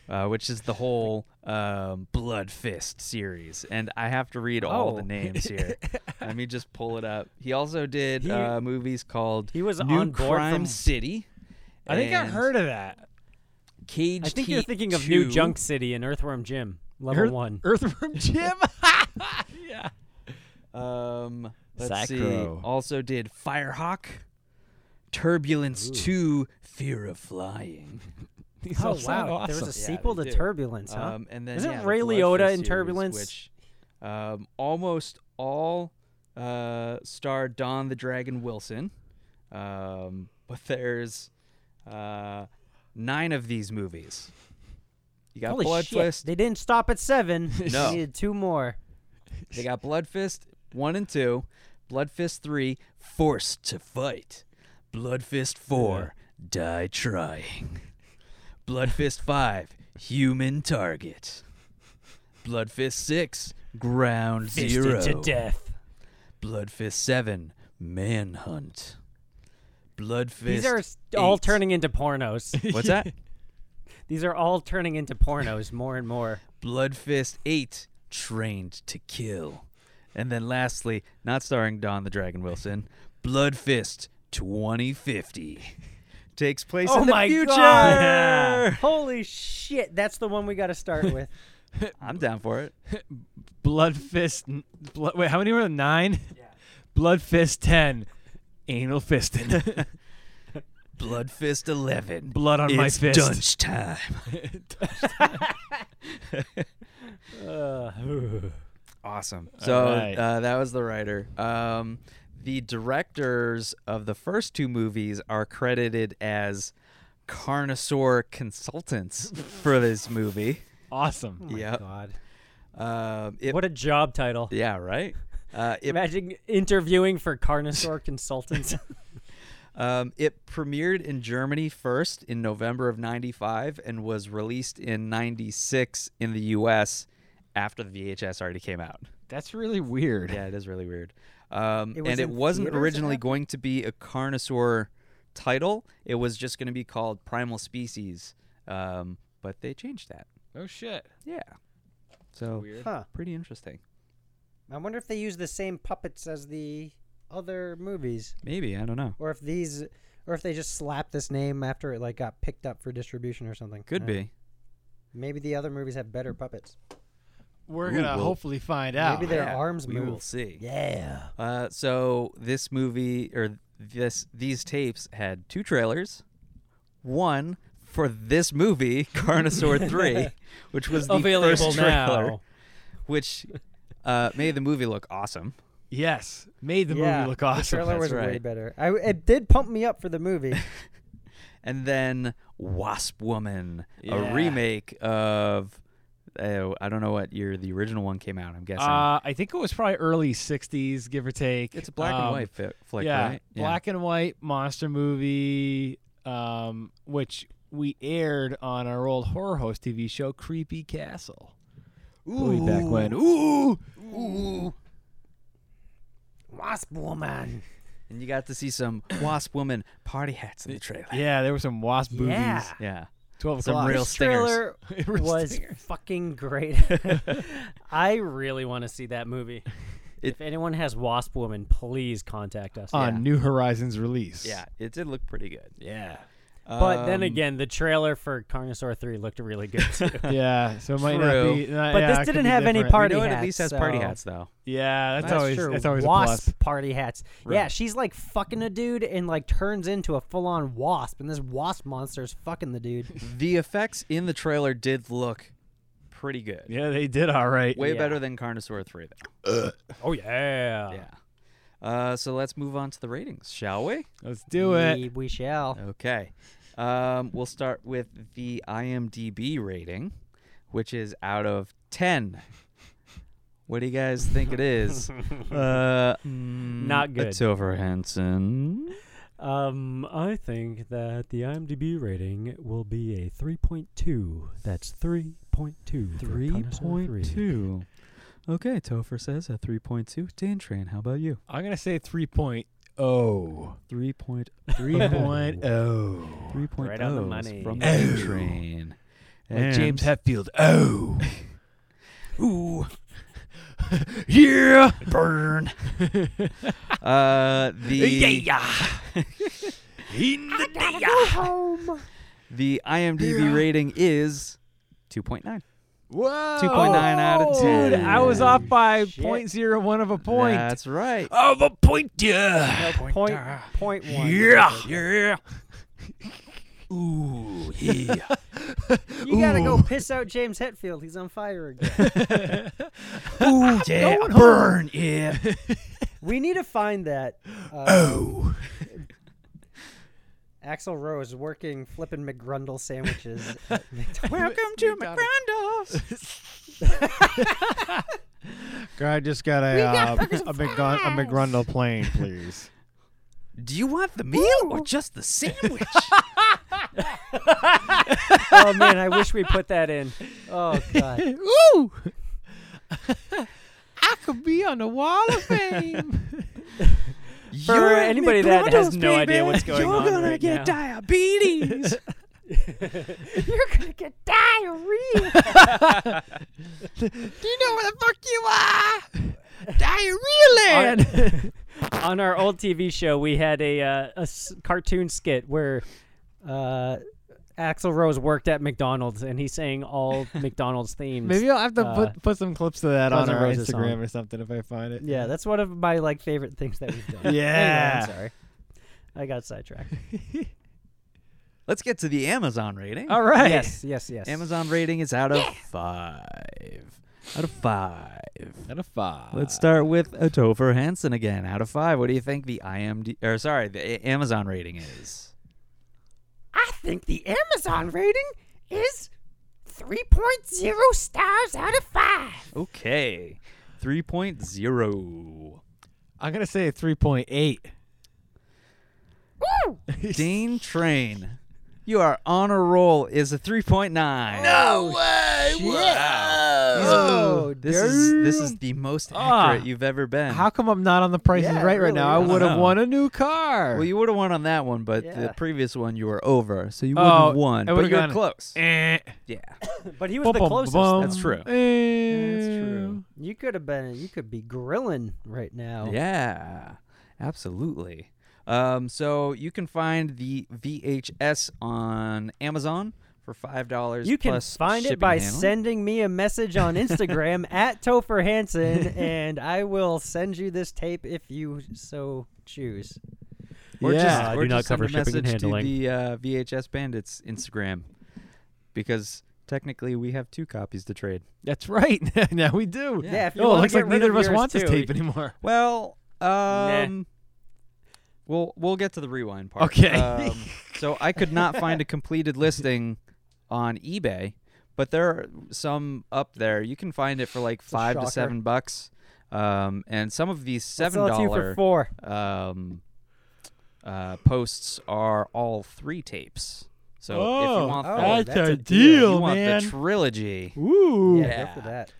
Speaker 1: uh, which is the whole um, Blood Fist series. And I have to read all the
Speaker 9: Oh.
Speaker 1: names
Speaker 9: [laughs]
Speaker 1: here. Let me just pull it up. He also did
Speaker 9: He-
Speaker 1: uh, movies called
Speaker 9: he was
Speaker 1: New
Speaker 9: on board
Speaker 1: Crime
Speaker 9: from-
Speaker 1: City.
Speaker 8: I think I
Speaker 1: and
Speaker 8: heard of that.
Speaker 1: Cage
Speaker 9: I think you're
Speaker 1: Heat
Speaker 9: thinking of New
Speaker 1: 2.
Speaker 9: Junk City and Earthworm Jim level one.
Speaker 8: [laughs] Earthworm Jim. yeah.
Speaker 1: Um, let's
Speaker 8: Sacro.
Speaker 1: see. Also did Firehawk, Turbulence Two, Fear of Flying.
Speaker 8: [laughs] These all
Speaker 9: Oh
Speaker 8: sound
Speaker 9: wow!
Speaker 8: awesome.
Speaker 9: There was a
Speaker 1: Yeah,
Speaker 9: sequel
Speaker 1: they
Speaker 9: to
Speaker 1: do.
Speaker 9: Turbulence, huh?
Speaker 1: Um, and then
Speaker 9: Isn't
Speaker 1: yeah, the
Speaker 9: Ray
Speaker 1: Blood
Speaker 9: Liotta
Speaker 1: Fist
Speaker 9: in
Speaker 1: series,
Speaker 9: Turbulence?
Speaker 1: which um, almost all uh, star Don the Dragon Wilson. Um, [laughs] but there's uh, nine of these movies. You got
Speaker 9: Holy
Speaker 1: Blood
Speaker 9: shit!
Speaker 1: Fist.
Speaker 9: They didn't stop at seven.
Speaker 1: [laughs] No.
Speaker 9: They needed two more.
Speaker 1: They got Blood Fist 1 and 2, Blood Fist 3, Forced to Fight, Blood Fist 4, Die Trying, Blood Fist 5, Human Target, Blood Fist 6, Ground Zero,
Speaker 9: Fisted to death.
Speaker 1: Blood Fist 7, Manhunt, Blood Fist.
Speaker 9: These are s- all
Speaker 1: eight.
Speaker 9: turning
Speaker 1: [laughs]
Speaker 9: into pornos.
Speaker 1: What's that?
Speaker 9: [laughs] These are all turning into pornos more and more.
Speaker 1: Blood Fist 8, Trained to Kill. And then lastly, not starring Don the Dragon Wilson, Blood Fist 2050 takes place
Speaker 9: oh
Speaker 1: in the
Speaker 9: my
Speaker 1: future.
Speaker 9: god! Holy shit! That's the one we got to
Speaker 1: [laughs]
Speaker 9: start with.
Speaker 1: I'm down for it.
Speaker 8: Blood Fist. n- Blood, wait, how many were there? Nine. [laughs] Blood Fist ten. Anal fisting.
Speaker 1: Blood Fist 11.
Speaker 8: Blood on my
Speaker 1: It's
Speaker 8: fist.
Speaker 1: Dunch time. Awesome. So
Speaker 8: right.
Speaker 1: uh, that was the writer. Um, the directors of the first two movies are credited as Carnosaur consultants for this movie.
Speaker 8: [laughs] awesome.
Speaker 1: yep.
Speaker 9: God,
Speaker 1: Um, it,
Speaker 9: what a job title!
Speaker 1: yeah, right. Uh, it
Speaker 9: Imagine interviewing for Carnosaur [laughs] Consultants.
Speaker 1: um, it premiered in Germany first in November of '95 and was released in '96 in the U.S. after the VHS already came out.
Speaker 8: That's really weird.
Speaker 1: Yeah, it is really weird. Um,
Speaker 9: It was
Speaker 1: and it
Speaker 9: in
Speaker 1: wasn't
Speaker 9: theaters it
Speaker 1: originally
Speaker 9: happened?
Speaker 1: going to be a Carnosaur title. It was just going to be called Primal Species, um, but they changed that.
Speaker 8: Oh shit.
Speaker 1: Yeah. So
Speaker 8: Weird.
Speaker 9: huh?
Speaker 1: pretty interesting.
Speaker 9: I wonder if they use the same puppets as the other movies,
Speaker 1: Maybe I don't know.
Speaker 9: or if these, or if they just slapped this name after it like got picked up for distribution or something.
Speaker 1: Could
Speaker 9: Uh,
Speaker 1: be.
Speaker 9: Maybe the other movies have better puppets.
Speaker 8: We're
Speaker 1: Ooh,
Speaker 8: gonna
Speaker 1: well-
Speaker 8: hopefully find out.
Speaker 9: Maybe their
Speaker 1: Yeah,
Speaker 9: arms
Speaker 1: we
Speaker 9: move.
Speaker 1: will see.
Speaker 9: Oh, Yeah.
Speaker 1: Uh, so this movie or this these tapes had two trailers, one for this movie [laughs]
Speaker 8: [laughs]
Speaker 1: Carnosaur Three, which was the
Speaker 9: Available
Speaker 1: first trailer,
Speaker 9: now.
Speaker 1: which uh, made the movie look awesome.
Speaker 8: yes. Made the
Speaker 9: yeah.
Speaker 8: movie look
Speaker 9: The
Speaker 8: awesome.
Speaker 9: trailer was
Speaker 1: That's
Speaker 9: way
Speaker 1: right.
Speaker 9: better. I, it did pump me up for the movie.
Speaker 1: And then Wasp Woman,
Speaker 8: Yeah.
Speaker 1: a remake of oh, I don't know what year the original one came out. I'm guessing
Speaker 8: Uh, I think it was probably early '60s, give or take.
Speaker 1: it's a black and
Speaker 8: Um,
Speaker 1: white fi- flick,
Speaker 8: yeah,
Speaker 1: right?
Speaker 8: black and white monster movie, um, which we aired on our old horror host TV show, Creepy Castle. Way back when. Ooh.
Speaker 9: Wasp woman.
Speaker 1: And you got to see some wasp woman party hats in the trailer.
Speaker 8: Yeah, there were some wasp boobies.
Speaker 9: Yeah.
Speaker 1: Yeah.
Speaker 8: 12
Speaker 1: Some
Speaker 8: o'clock.
Speaker 1: real
Speaker 8: [laughs]
Speaker 9: This trailer
Speaker 8: Real
Speaker 9: was
Speaker 8: stingers. [laughs]
Speaker 9: fucking great. I really want to see that movie.
Speaker 1: It-
Speaker 9: if anyone has Wasp Woman, please contact us.
Speaker 8: on New Horizons release.
Speaker 1: Yeah. It did look pretty good.
Speaker 8: Yeah.
Speaker 9: But then
Speaker 1: Um,
Speaker 9: again, the trailer for Carnosaur 3 looked really good
Speaker 8: [laughs]
Speaker 9: too.
Speaker 8: [laughs] Yeah, so it might
Speaker 1: True.
Speaker 8: not be. not-
Speaker 9: But
Speaker 8: yeah,
Speaker 9: this
Speaker 8: it could
Speaker 9: didn't
Speaker 8: be
Speaker 9: have any
Speaker 8: different.
Speaker 9: part-
Speaker 1: you
Speaker 9: party
Speaker 1: know it at least has
Speaker 9: hats,
Speaker 1: party
Speaker 9: so-
Speaker 1: hats though.
Speaker 8: Yeah, that's,
Speaker 9: That's
Speaker 8: always
Speaker 9: true.
Speaker 8: that's always
Speaker 9: wasp
Speaker 8: a plus.
Speaker 9: party hats. Yeah,
Speaker 1: Right.
Speaker 9: she's like fucking a dude and like turns into a full on wasp, and this wasp monster is fucking the dude.
Speaker 1: The effects in the trailer did look pretty good.
Speaker 8: Yeah, they did all right.
Speaker 1: Way
Speaker 9: Yeah.
Speaker 1: better than Carnosaur 3 though.
Speaker 9: oh yeah.
Speaker 1: Yeah. Uh, so let's move on to the ratings, shall we?
Speaker 8: Let's do it.
Speaker 9: We, we shall.
Speaker 1: Okay. Um, we'll start with the IMDb rating, which is out of 10. What do you guys think it
Speaker 9: [laughs]
Speaker 1: is? uh,
Speaker 9: Not good.
Speaker 1: It's over, Hanson.
Speaker 9: Um, I think that the IMDb rating will be a 3.2. That's 3.2. 3.2.
Speaker 1: Okay, Topher says a 3.2. Dan Train, how about you?
Speaker 8: I'm gonna say oh. 3.0. 3.0.
Speaker 1: 3.0.
Speaker 8: oh.
Speaker 9: Right on the money.
Speaker 1: From Dan Train.
Speaker 8: Like James
Speaker 1: And-
Speaker 8: Hetfield. Oh.
Speaker 1: [laughs]
Speaker 8: Ooh. yeah. Burn.
Speaker 1: [laughs] Uh, the [laughs]
Speaker 8: In the day.
Speaker 1: the IMDb rating is 2.9.
Speaker 8: Whoa.
Speaker 1: 2.9 out of 10.
Speaker 8: Dude, I was off by
Speaker 9: Shit.
Speaker 8: 0.01 of a point.
Speaker 1: That's right.
Speaker 2: Oh,
Speaker 8: of a point. Yeah.
Speaker 9: Point, uh, point one.
Speaker 1: [laughs]
Speaker 8: Yeah.
Speaker 9: You gotta go piss out James Hetfield. He's on fire [laughs] again.
Speaker 8: Ooh, yeah. Burn. Yeah.
Speaker 9: we need to find that. Uh,
Speaker 8: oh.
Speaker 9: Axel Rose working flipping McGrundle sandwiches. [laughs] at McDonald's.
Speaker 1: Welcome to McGrandles.
Speaker 8: I just got a uh, a, McGrun- a McGrundle plane, [laughs] please.
Speaker 1: Do you want the meal or just the sandwich?
Speaker 9: oh man, I wish we put that in. Oh god.
Speaker 8: Ooh! I [laughs] could be on the wall of
Speaker 1: [laughs]
Speaker 8: fame.
Speaker 9: [laughs] For anybody that has no idea what's going on right now. [laughs]
Speaker 1: diabetes. [laughs]
Speaker 9: You're gonna get diarrhea. [laughs]
Speaker 8: Do you know where the fuck you are? Diarrhea land.
Speaker 9: [laughs] on our old TV show, we had a uh, a s- cartoon skit where uh, Axel Rose worked at McDonald's and he
Speaker 8: [laughs]
Speaker 9: sang all McDonald's themes.
Speaker 8: Maybe I'll have to
Speaker 9: Uh,
Speaker 8: put put some clips of that
Speaker 9: Guns
Speaker 8: on
Speaker 9: N'
Speaker 8: our
Speaker 9: Roses
Speaker 8: Instagram
Speaker 9: song.
Speaker 8: or something if I find it.
Speaker 9: yeah, that's one of my like favorite things that we've done.
Speaker 8: [laughs] Yeah.
Speaker 9: Anyway, I'm sorry, I got sidetracked.
Speaker 1: Let's get to the Amazon rating.
Speaker 8: [laughs] All right.
Speaker 9: Yes, yes, yes.
Speaker 1: Amazon rating is out of five. Out of five.
Speaker 8: Out of five.
Speaker 1: Let's start with a Topher Hansen again. Out of five, what do you think the IMD or sorry, the A- Amazon rating is?
Speaker 6: I think the Amazon rating is 3.0 stars out of 5.
Speaker 1: Okay. 3.0.
Speaker 8: I'm gonna say three point eight.
Speaker 1: Dean Train. You are on a roll is a 3.9. No way.
Speaker 9: Oh,
Speaker 1: This is this is the most accurate you've ever been.
Speaker 8: Ah. How come I'm not on the Price
Speaker 9: Yeah,
Speaker 8: is
Speaker 9: it
Speaker 8: Right right
Speaker 9: really
Speaker 8: now? I
Speaker 9: is.
Speaker 8: would have
Speaker 1: Uh-huh.
Speaker 8: won a new car.
Speaker 1: well, you would have won on that one, but
Speaker 9: Yeah.
Speaker 1: the previous one you were over, so you
Speaker 8: Oh,
Speaker 1: would have won.
Speaker 8: I
Speaker 1: But
Speaker 8: would've
Speaker 1: you were
Speaker 8: gone-
Speaker 1: close.
Speaker 8: Eh.
Speaker 1: Yeah,
Speaker 9: [laughs] but he was the
Speaker 8: Bum, bum,
Speaker 9: closest.
Speaker 8: bum.
Speaker 1: that's true.
Speaker 8: Eh.
Speaker 1: That's true.
Speaker 9: You could have been. You could be grilling right
Speaker 1: Oh.
Speaker 9: now.
Speaker 1: Yeah, absolutely. Um, so you can find the VHS on Amazon for five dollars.
Speaker 9: You can find it by sending me a message
Speaker 1: [laughs]
Speaker 9: on Instagram at Topher Hansen, and I will send you this tape if you so choose.
Speaker 1: Or
Speaker 8: Yeah.
Speaker 1: just,
Speaker 8: Uh,
Speaker 1: or
Speaker 9: do not
Speaker 1: just send
Speaker 9: cover
Speaker 1: a
Speaker 9: shipping and
Speaker 1: message
Speaker 9: handling.
Speaker 1: to the uh, VHS Bandits Instagram because technically we have two copies to trade.
Speaker 8: That's right. [laughs] now we do.
Speaker 1: Yeah.
Speaker 9: Yeah, if you
Speaker 8: Oh,
Speaker 9: wanna
Speaker 8: looks
Speaker 9: get
Speaker 8: like
Speaker 9: rid
Speaker 8: neither of us
Speaker 9: yours
Speaker 8: wants this
Speaker 9: too,
Speaker 8: tape anymore.
Speaker 1: Well, um, we'll we'll get to the rewind part.
Speaker 8: Okay.
Speaker 1: Um, so I could not find a completed listing on eBay, but there are some up there. You can find it for like five to
Speaker 9: shocker.
Speaker 1: seven bucks. Um, and some of these
Speaker 9: I'll
Speaker 1: seven
Speaker 9: sell it to you for
Speaker 1: dollar
Speaker 9: four.
Speaker 1: um, uh, posts are all three tapes. So if you
Speaker 8: Oh,
Speaker 1: want,
Speaker 9: Oh,
Speaker 1: the,
Speaker 8: that's,
Speaker 9: that's
Speaker 8: a
Speaker 1: you
Speaker 9: a
Speaker 8: deal,
Speaker 1: want
Speaker 8: man.
Speaker 1: the trilogy.
Speaker 8: Ooh,
Speaker 9: Yeah, go for that.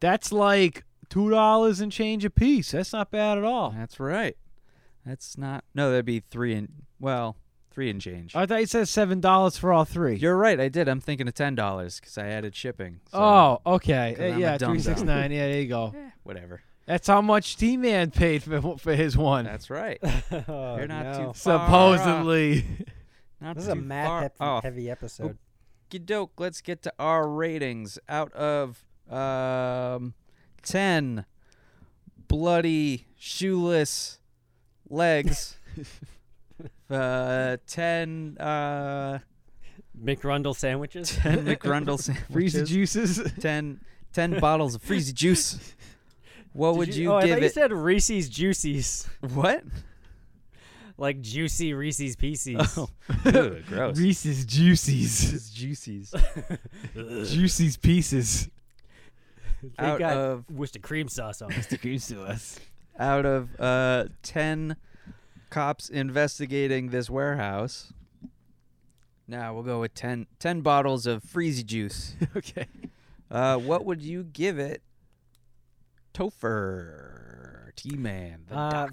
Speaker 8: that's like two dollars and change a piece. That's not bad at all.
Speaker 1: That's right. That's not. No, that'd be three and well, three and change.
Speaker 9: Oh,
Speaker 8: I thought you said seven dollars for all three.
Speaker 1: You're right. I did. I'm thinking of ten dollars because I added shipping. So
Speaker 8: oh, okay.
Speaker 1: 'Cause
Speaker 8: Uh,
Speaker 1: I'm a
Speaker 8: yeah,
Speaker 1: dum-dum.
Speaker 8: three six nine. Yeah, there you go.
Speaker 9: [laughs]
Speaker 1: whatever.
Speaker 8: That's how much T Man paid for, for his one.
Speaker 1: That's right.
Speaker 9: [laughs] Oh,
Speaker 1: You're not
Speaker 9: no.
Speaker 1: too far off.
Speaker 8: Supposedly.
Speaker 1: Not
Speaker 9: This is a
Speaker 1: too
Speaker 9: math
Speaker 1: far
Speaker 9: hep-
Speaker 1: off.
Speaker 9: heavy episode.
Speaker 1: Okey doke. Let's get to our ratings. Out of um, ten, bloody shoeless legs.
Speaker 9: [laughs]
Speaker 1: uh, ten. Uh,
Speaker 9: McRundle sandwiches.
Speaker 1: ten McRundle sandwiches.
Speaker 8: Freeze the juices.
Speaker 1: 10, 10 bottles of freezy juice. What would
Speaker 9: [laughs] Did
Speaker 1: you,
Speaker 9: oh, I
Speaker 1: give
Speaker 9: thought
Speaker 1: it?
Speaker 9: you said Reese's Juicies, [laughs]
Speaker 1: what?
Speaker 9: like juicy Reese's Pieces.
Speaker 1: Oh,
Speaker 9: [laughs]
Speaker 1: Ew, gross.
Speaker 8: Reese's Juicies.
Speaker 1: Juicies.
Speaker 9: [laughs]
Speaker 8: Juicy's Pieces.
Speaker 9: they
Speaker 1: out
Speaker 9: got
Speaker 1: of-
Speaker 9: Worcester cream sauce on. it.
Speaker 1: [laughs]
Speaker 8: to us.
Speaker 1: Out of uh, 10 cops investigating this warehouse, now we'll go with 10, 10 bottles of freezy
Speaker 9: [laughs]
Speaker 1: juice.
Speaker 8: Okay.
Speaker 1: Uh, what would you give it, Topher? T Man.
Speaker 9: Uh,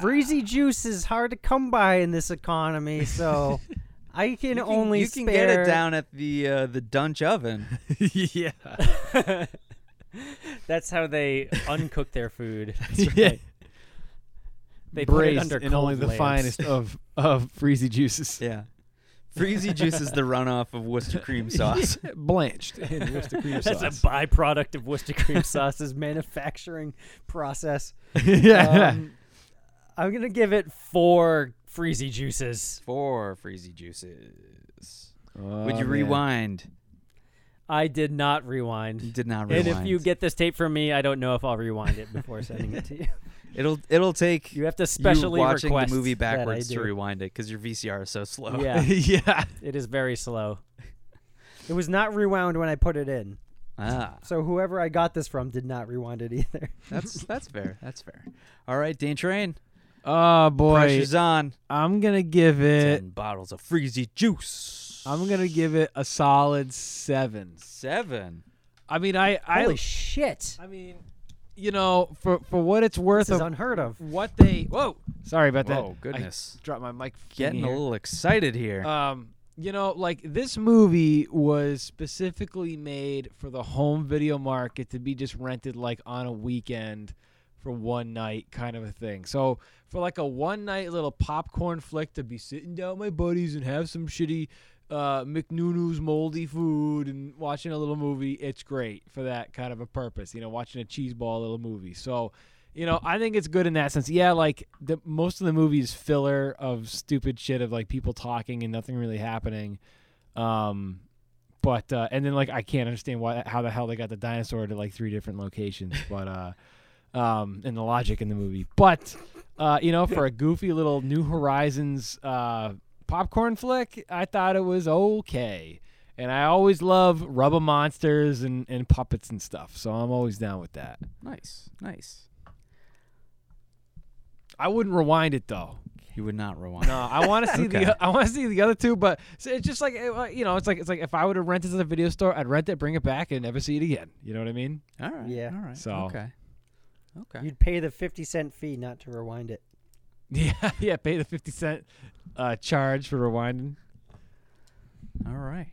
Speaker 9: Freezy juice is hard to come by in this
Speaker 1: [laughs]
Speaker 9: economy, so I can,
Speaker 1: you can,
Speaker 9: only
Speaker 1: you can get
Speaker 9: spare-
Speaker 1: it down at the uh, the Dunch
Speaker 9: [laughs]
Speaker 1: oven.
Speaker 8: [laughs] yeah.
Speaker 9: That's how they uncook
Speaker 1: [laughs]
Speaker 9: their food. [laughs]
Speaker 8: yeah.
Speaker 9: They put it
Speaker 8: Braised
Speaker 9: under
Speaker 8: in only
Speaker 9: cold
Speaker 8: the
Speaker 9: lamps.
Speaker 8: finest of of freezy juices.
Speaker 1: Yeah. Freezy juice is the runoff of Worcester
Speaker 9: [laughs]
Speaker 1: cream sauce. [laughs]
Speaker 8: Blanched in Worcester cream
Speaker 9: That's a
Speaker 8: sauce.
Speaker 9: byproduct of
Speaker 1: [laughs]
Speaker 9: Worcester cream sauce's manufacturing process.
Speaker 8: [laughs] yeah.
Speaker 9: Um, I'm gonna give it four freezy juices.
Speaker 1: Four freezy juices.
Speaker 9: Um,
Speaker 8: Oh,
Speaker 1: Would you
Speaker 8: man.
Speaker 1: rewind?
Speaker 9: I did not rewind.
Speaker 1: You did not
Speaker 9: And
Speaker 1: rewind.
Speaker 9: if you get this tape from me, I don't know if I'll rewind it before sending it to
Speaker 1: [laughs]
Speaker 9: you.
Speaker 1: it'll it'll take
Speaker 9: You have to
Speaker 1: you
Speaker 9: specially
Speaker 1: watching the
Speaker 9: request
Speaker 1: movie
Speaker 9: that I
Speaker 1: backwards to
Speaker 9: do.
Speaker 1: rewind it because your VCR is so slow. [laughs]
Speaker 9: Yeah, [laughs]
Speaker 8: yeah.
Speaker 9: it is very slow. It was not rewound when I put it in,
Speaker 1: Ah,
Speaker 9: so whoever I got this from did not rewind it either.
Speaker 1: that's that's fair. That's fair. All right, Dane Train.
Speaker 8: Oh boy. Eh.
Speaker 1: Pressure's on.
Speaker 8: I'm gonna give it
Speaker 1: Ten bottles of freezy juice.
Speaker 8: I'm gonna give it a solid seven.
Speaker 1: seven.
Speaker 8: I mean I, I
Speaker 9: Holy shit!
Speaker 8: I mean, you know, for for what it's worth
Speaker 9: This is
Speaker 8: of
Speaker 9: unheard of.
Speaker 8: what they whoa sorry about that
Speaker 1: Whoa, goodness.
Speaker 8: I dropped my mic
Speaker 1: Getting a
Speaker 8: here.
Speaker 1: little excited here.
Speaker 9: Uh,
Speaker 8: um you know like this movie was specifically made for the home video market to be just rented like on a weekend for one night kind of a thing so for like a one night little popcorn flick to be sitting down with my buddies and have some shitty uh McNunu's moldy food and watching a little movie it's great for that kind of a purpose you know watching a cheeseball little movie so you know, I think it's good in that sense. Yeah, like the most of the movie is filler of stupid shit of like people talking and nothing really happening. Um, but uh, and then like I can't understand why how the hell they got the dinosaur to like three different locations, but uh, um, and the logic in the movie. But uh, you know, for a goofy little New Horizons uh, popcorn flick, I thought it was okay. And I always love rubber monsters and, and puppets and stuff, so I'm always down with that.
Speaker 1: nice, nice.
Speaker 8: I wouldn't rewind it though.
Speaker 1: You would not rewind.
Speaker 8: No, I
Speaker 1: [laughs]
Speaker 8: want to see
Speaker 1: Okay.
Speaker 8: the I want to see the other two, but so it's just like it, uh, you know, it's like it's like if I would have rented to the video store, I'd rent it, bring it back, and never see it again. You know what I mean? [laughs]
Speaker 1: All right.
Speaker 9: Yeah.
Speaker 1: All right.
Speaker 8: So-
Speaker 1: okay. Okay.
Speaker 9: You'd pay the fifty cent fee not to rewind it.
Speaker 8: Yeah, yeah. Pay the fifty cent uh, charge for rewinding.
Speaker 1: All right.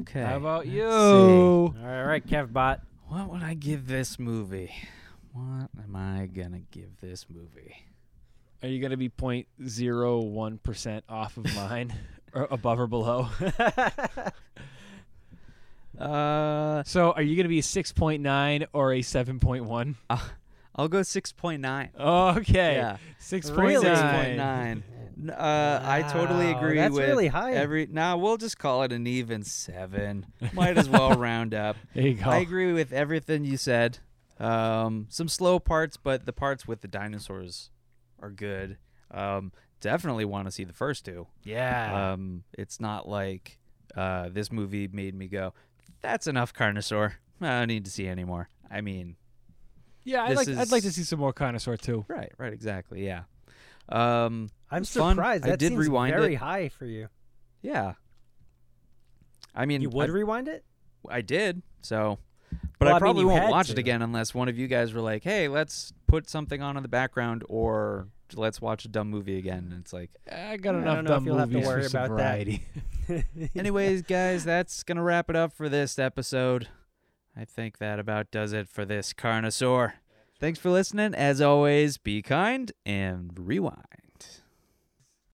Speaker 1: Okay.
Speaker 8: How about
Speaker 1: Let's
Speaker 8: you?
Speaker 9: All right, Kevbot.
Speaker 1: see. What would I give this movie? What am I gonna give this movie?
Speaker 8: Are you gonna be point zero one percent off of mine, [laughs] or above or below? [laughs]
Speaker 1: Uh,
Speaker 8: so are you gonna be a six point nine or a seven point one?
Speaker 1: I'll go six point nine.
Speaker 8: Okay,
Speaker 1: Yeah.
Speaker 8: six
Speaker 9: Really?
Speaker 8: point nine.
Speaker 1: 6.9. N- Uh, I totally
Speaker 9: Wow,
Speaker 1: agree
Speaker 9: that's
Speaker 1: with
Speaker 9: really high.
Speaker 1: every. Now nah, we'll just call it an even seven. Might as
Speaker 9: [laughs]
Speaker 1: well round up.
Speaker 8: There you
Speaker 9: Oh.
Speaker 8: go.
Speaker 1: I agree with everything you said. Um, some slow parts, but the parts with the dinosaurs are good. Um, definitely want to see the first two.
Speaker 8: Yeah.
Speaker 9: Uh, Ah.
Speaker 1: Um, it's not like uh, this movie made me go, "That's enough, Carnosaur. I don't need to see anymore." I mean,
Speaker 8: yeah, I'd
Speaker 1: this
Speaker 8: like I'd like to
Speaker 1: is-
Speaker 8: see some more connoisseur too.
Speaker 1: right, right, exactly, yeah. Um,
Speaker 9: I'm
Speaker 1: it's fun.
Speaker 9: surprised.
Speaker 1: I
Speaker 9: That
Speaker 1: did
Speaker 9: seems
Speaker 1: rewind
Speaker 9: very
Speaker 1: it.
Speaker 9: high for you.
Speaker 1: Yeah, I mean,
Speaker 9: You would
Speaker 1: I,
Speaker 9: rewind it?
Speaker 1: I did. So, but
Speaker 9: Well, I
Speaker 1: I
Speaker 9: mean,
Speaker 1: probably
Speaker 9: you
Speaker 1: won't
Speaker 9: had
Speaker 1: watch it
Speaker 9: to.
Speaker 1: again unless one of you guys were like, "Hey, let's put something on in the background," or "Let's watch a dumb movie again." And it's
Speaker 9: [laughs]
Speaker 1: like,
Speaker 8: I got
Speaker 9: I don't
Speaker 8: enough
Speaker 9: know if
Speaker 8: dumb
Speaker 9: you'll have to
Speaker 8: movies
Speaker 9: worry
Speaker 8: for some
Speaker 9: about that.
Speaker 8: variety.
Speaker 1: anyways, guys, that's gonna wrap it up for this episode. I think that about does it for this Carnosaur. Thanks for listening. As always, be kind and rewind.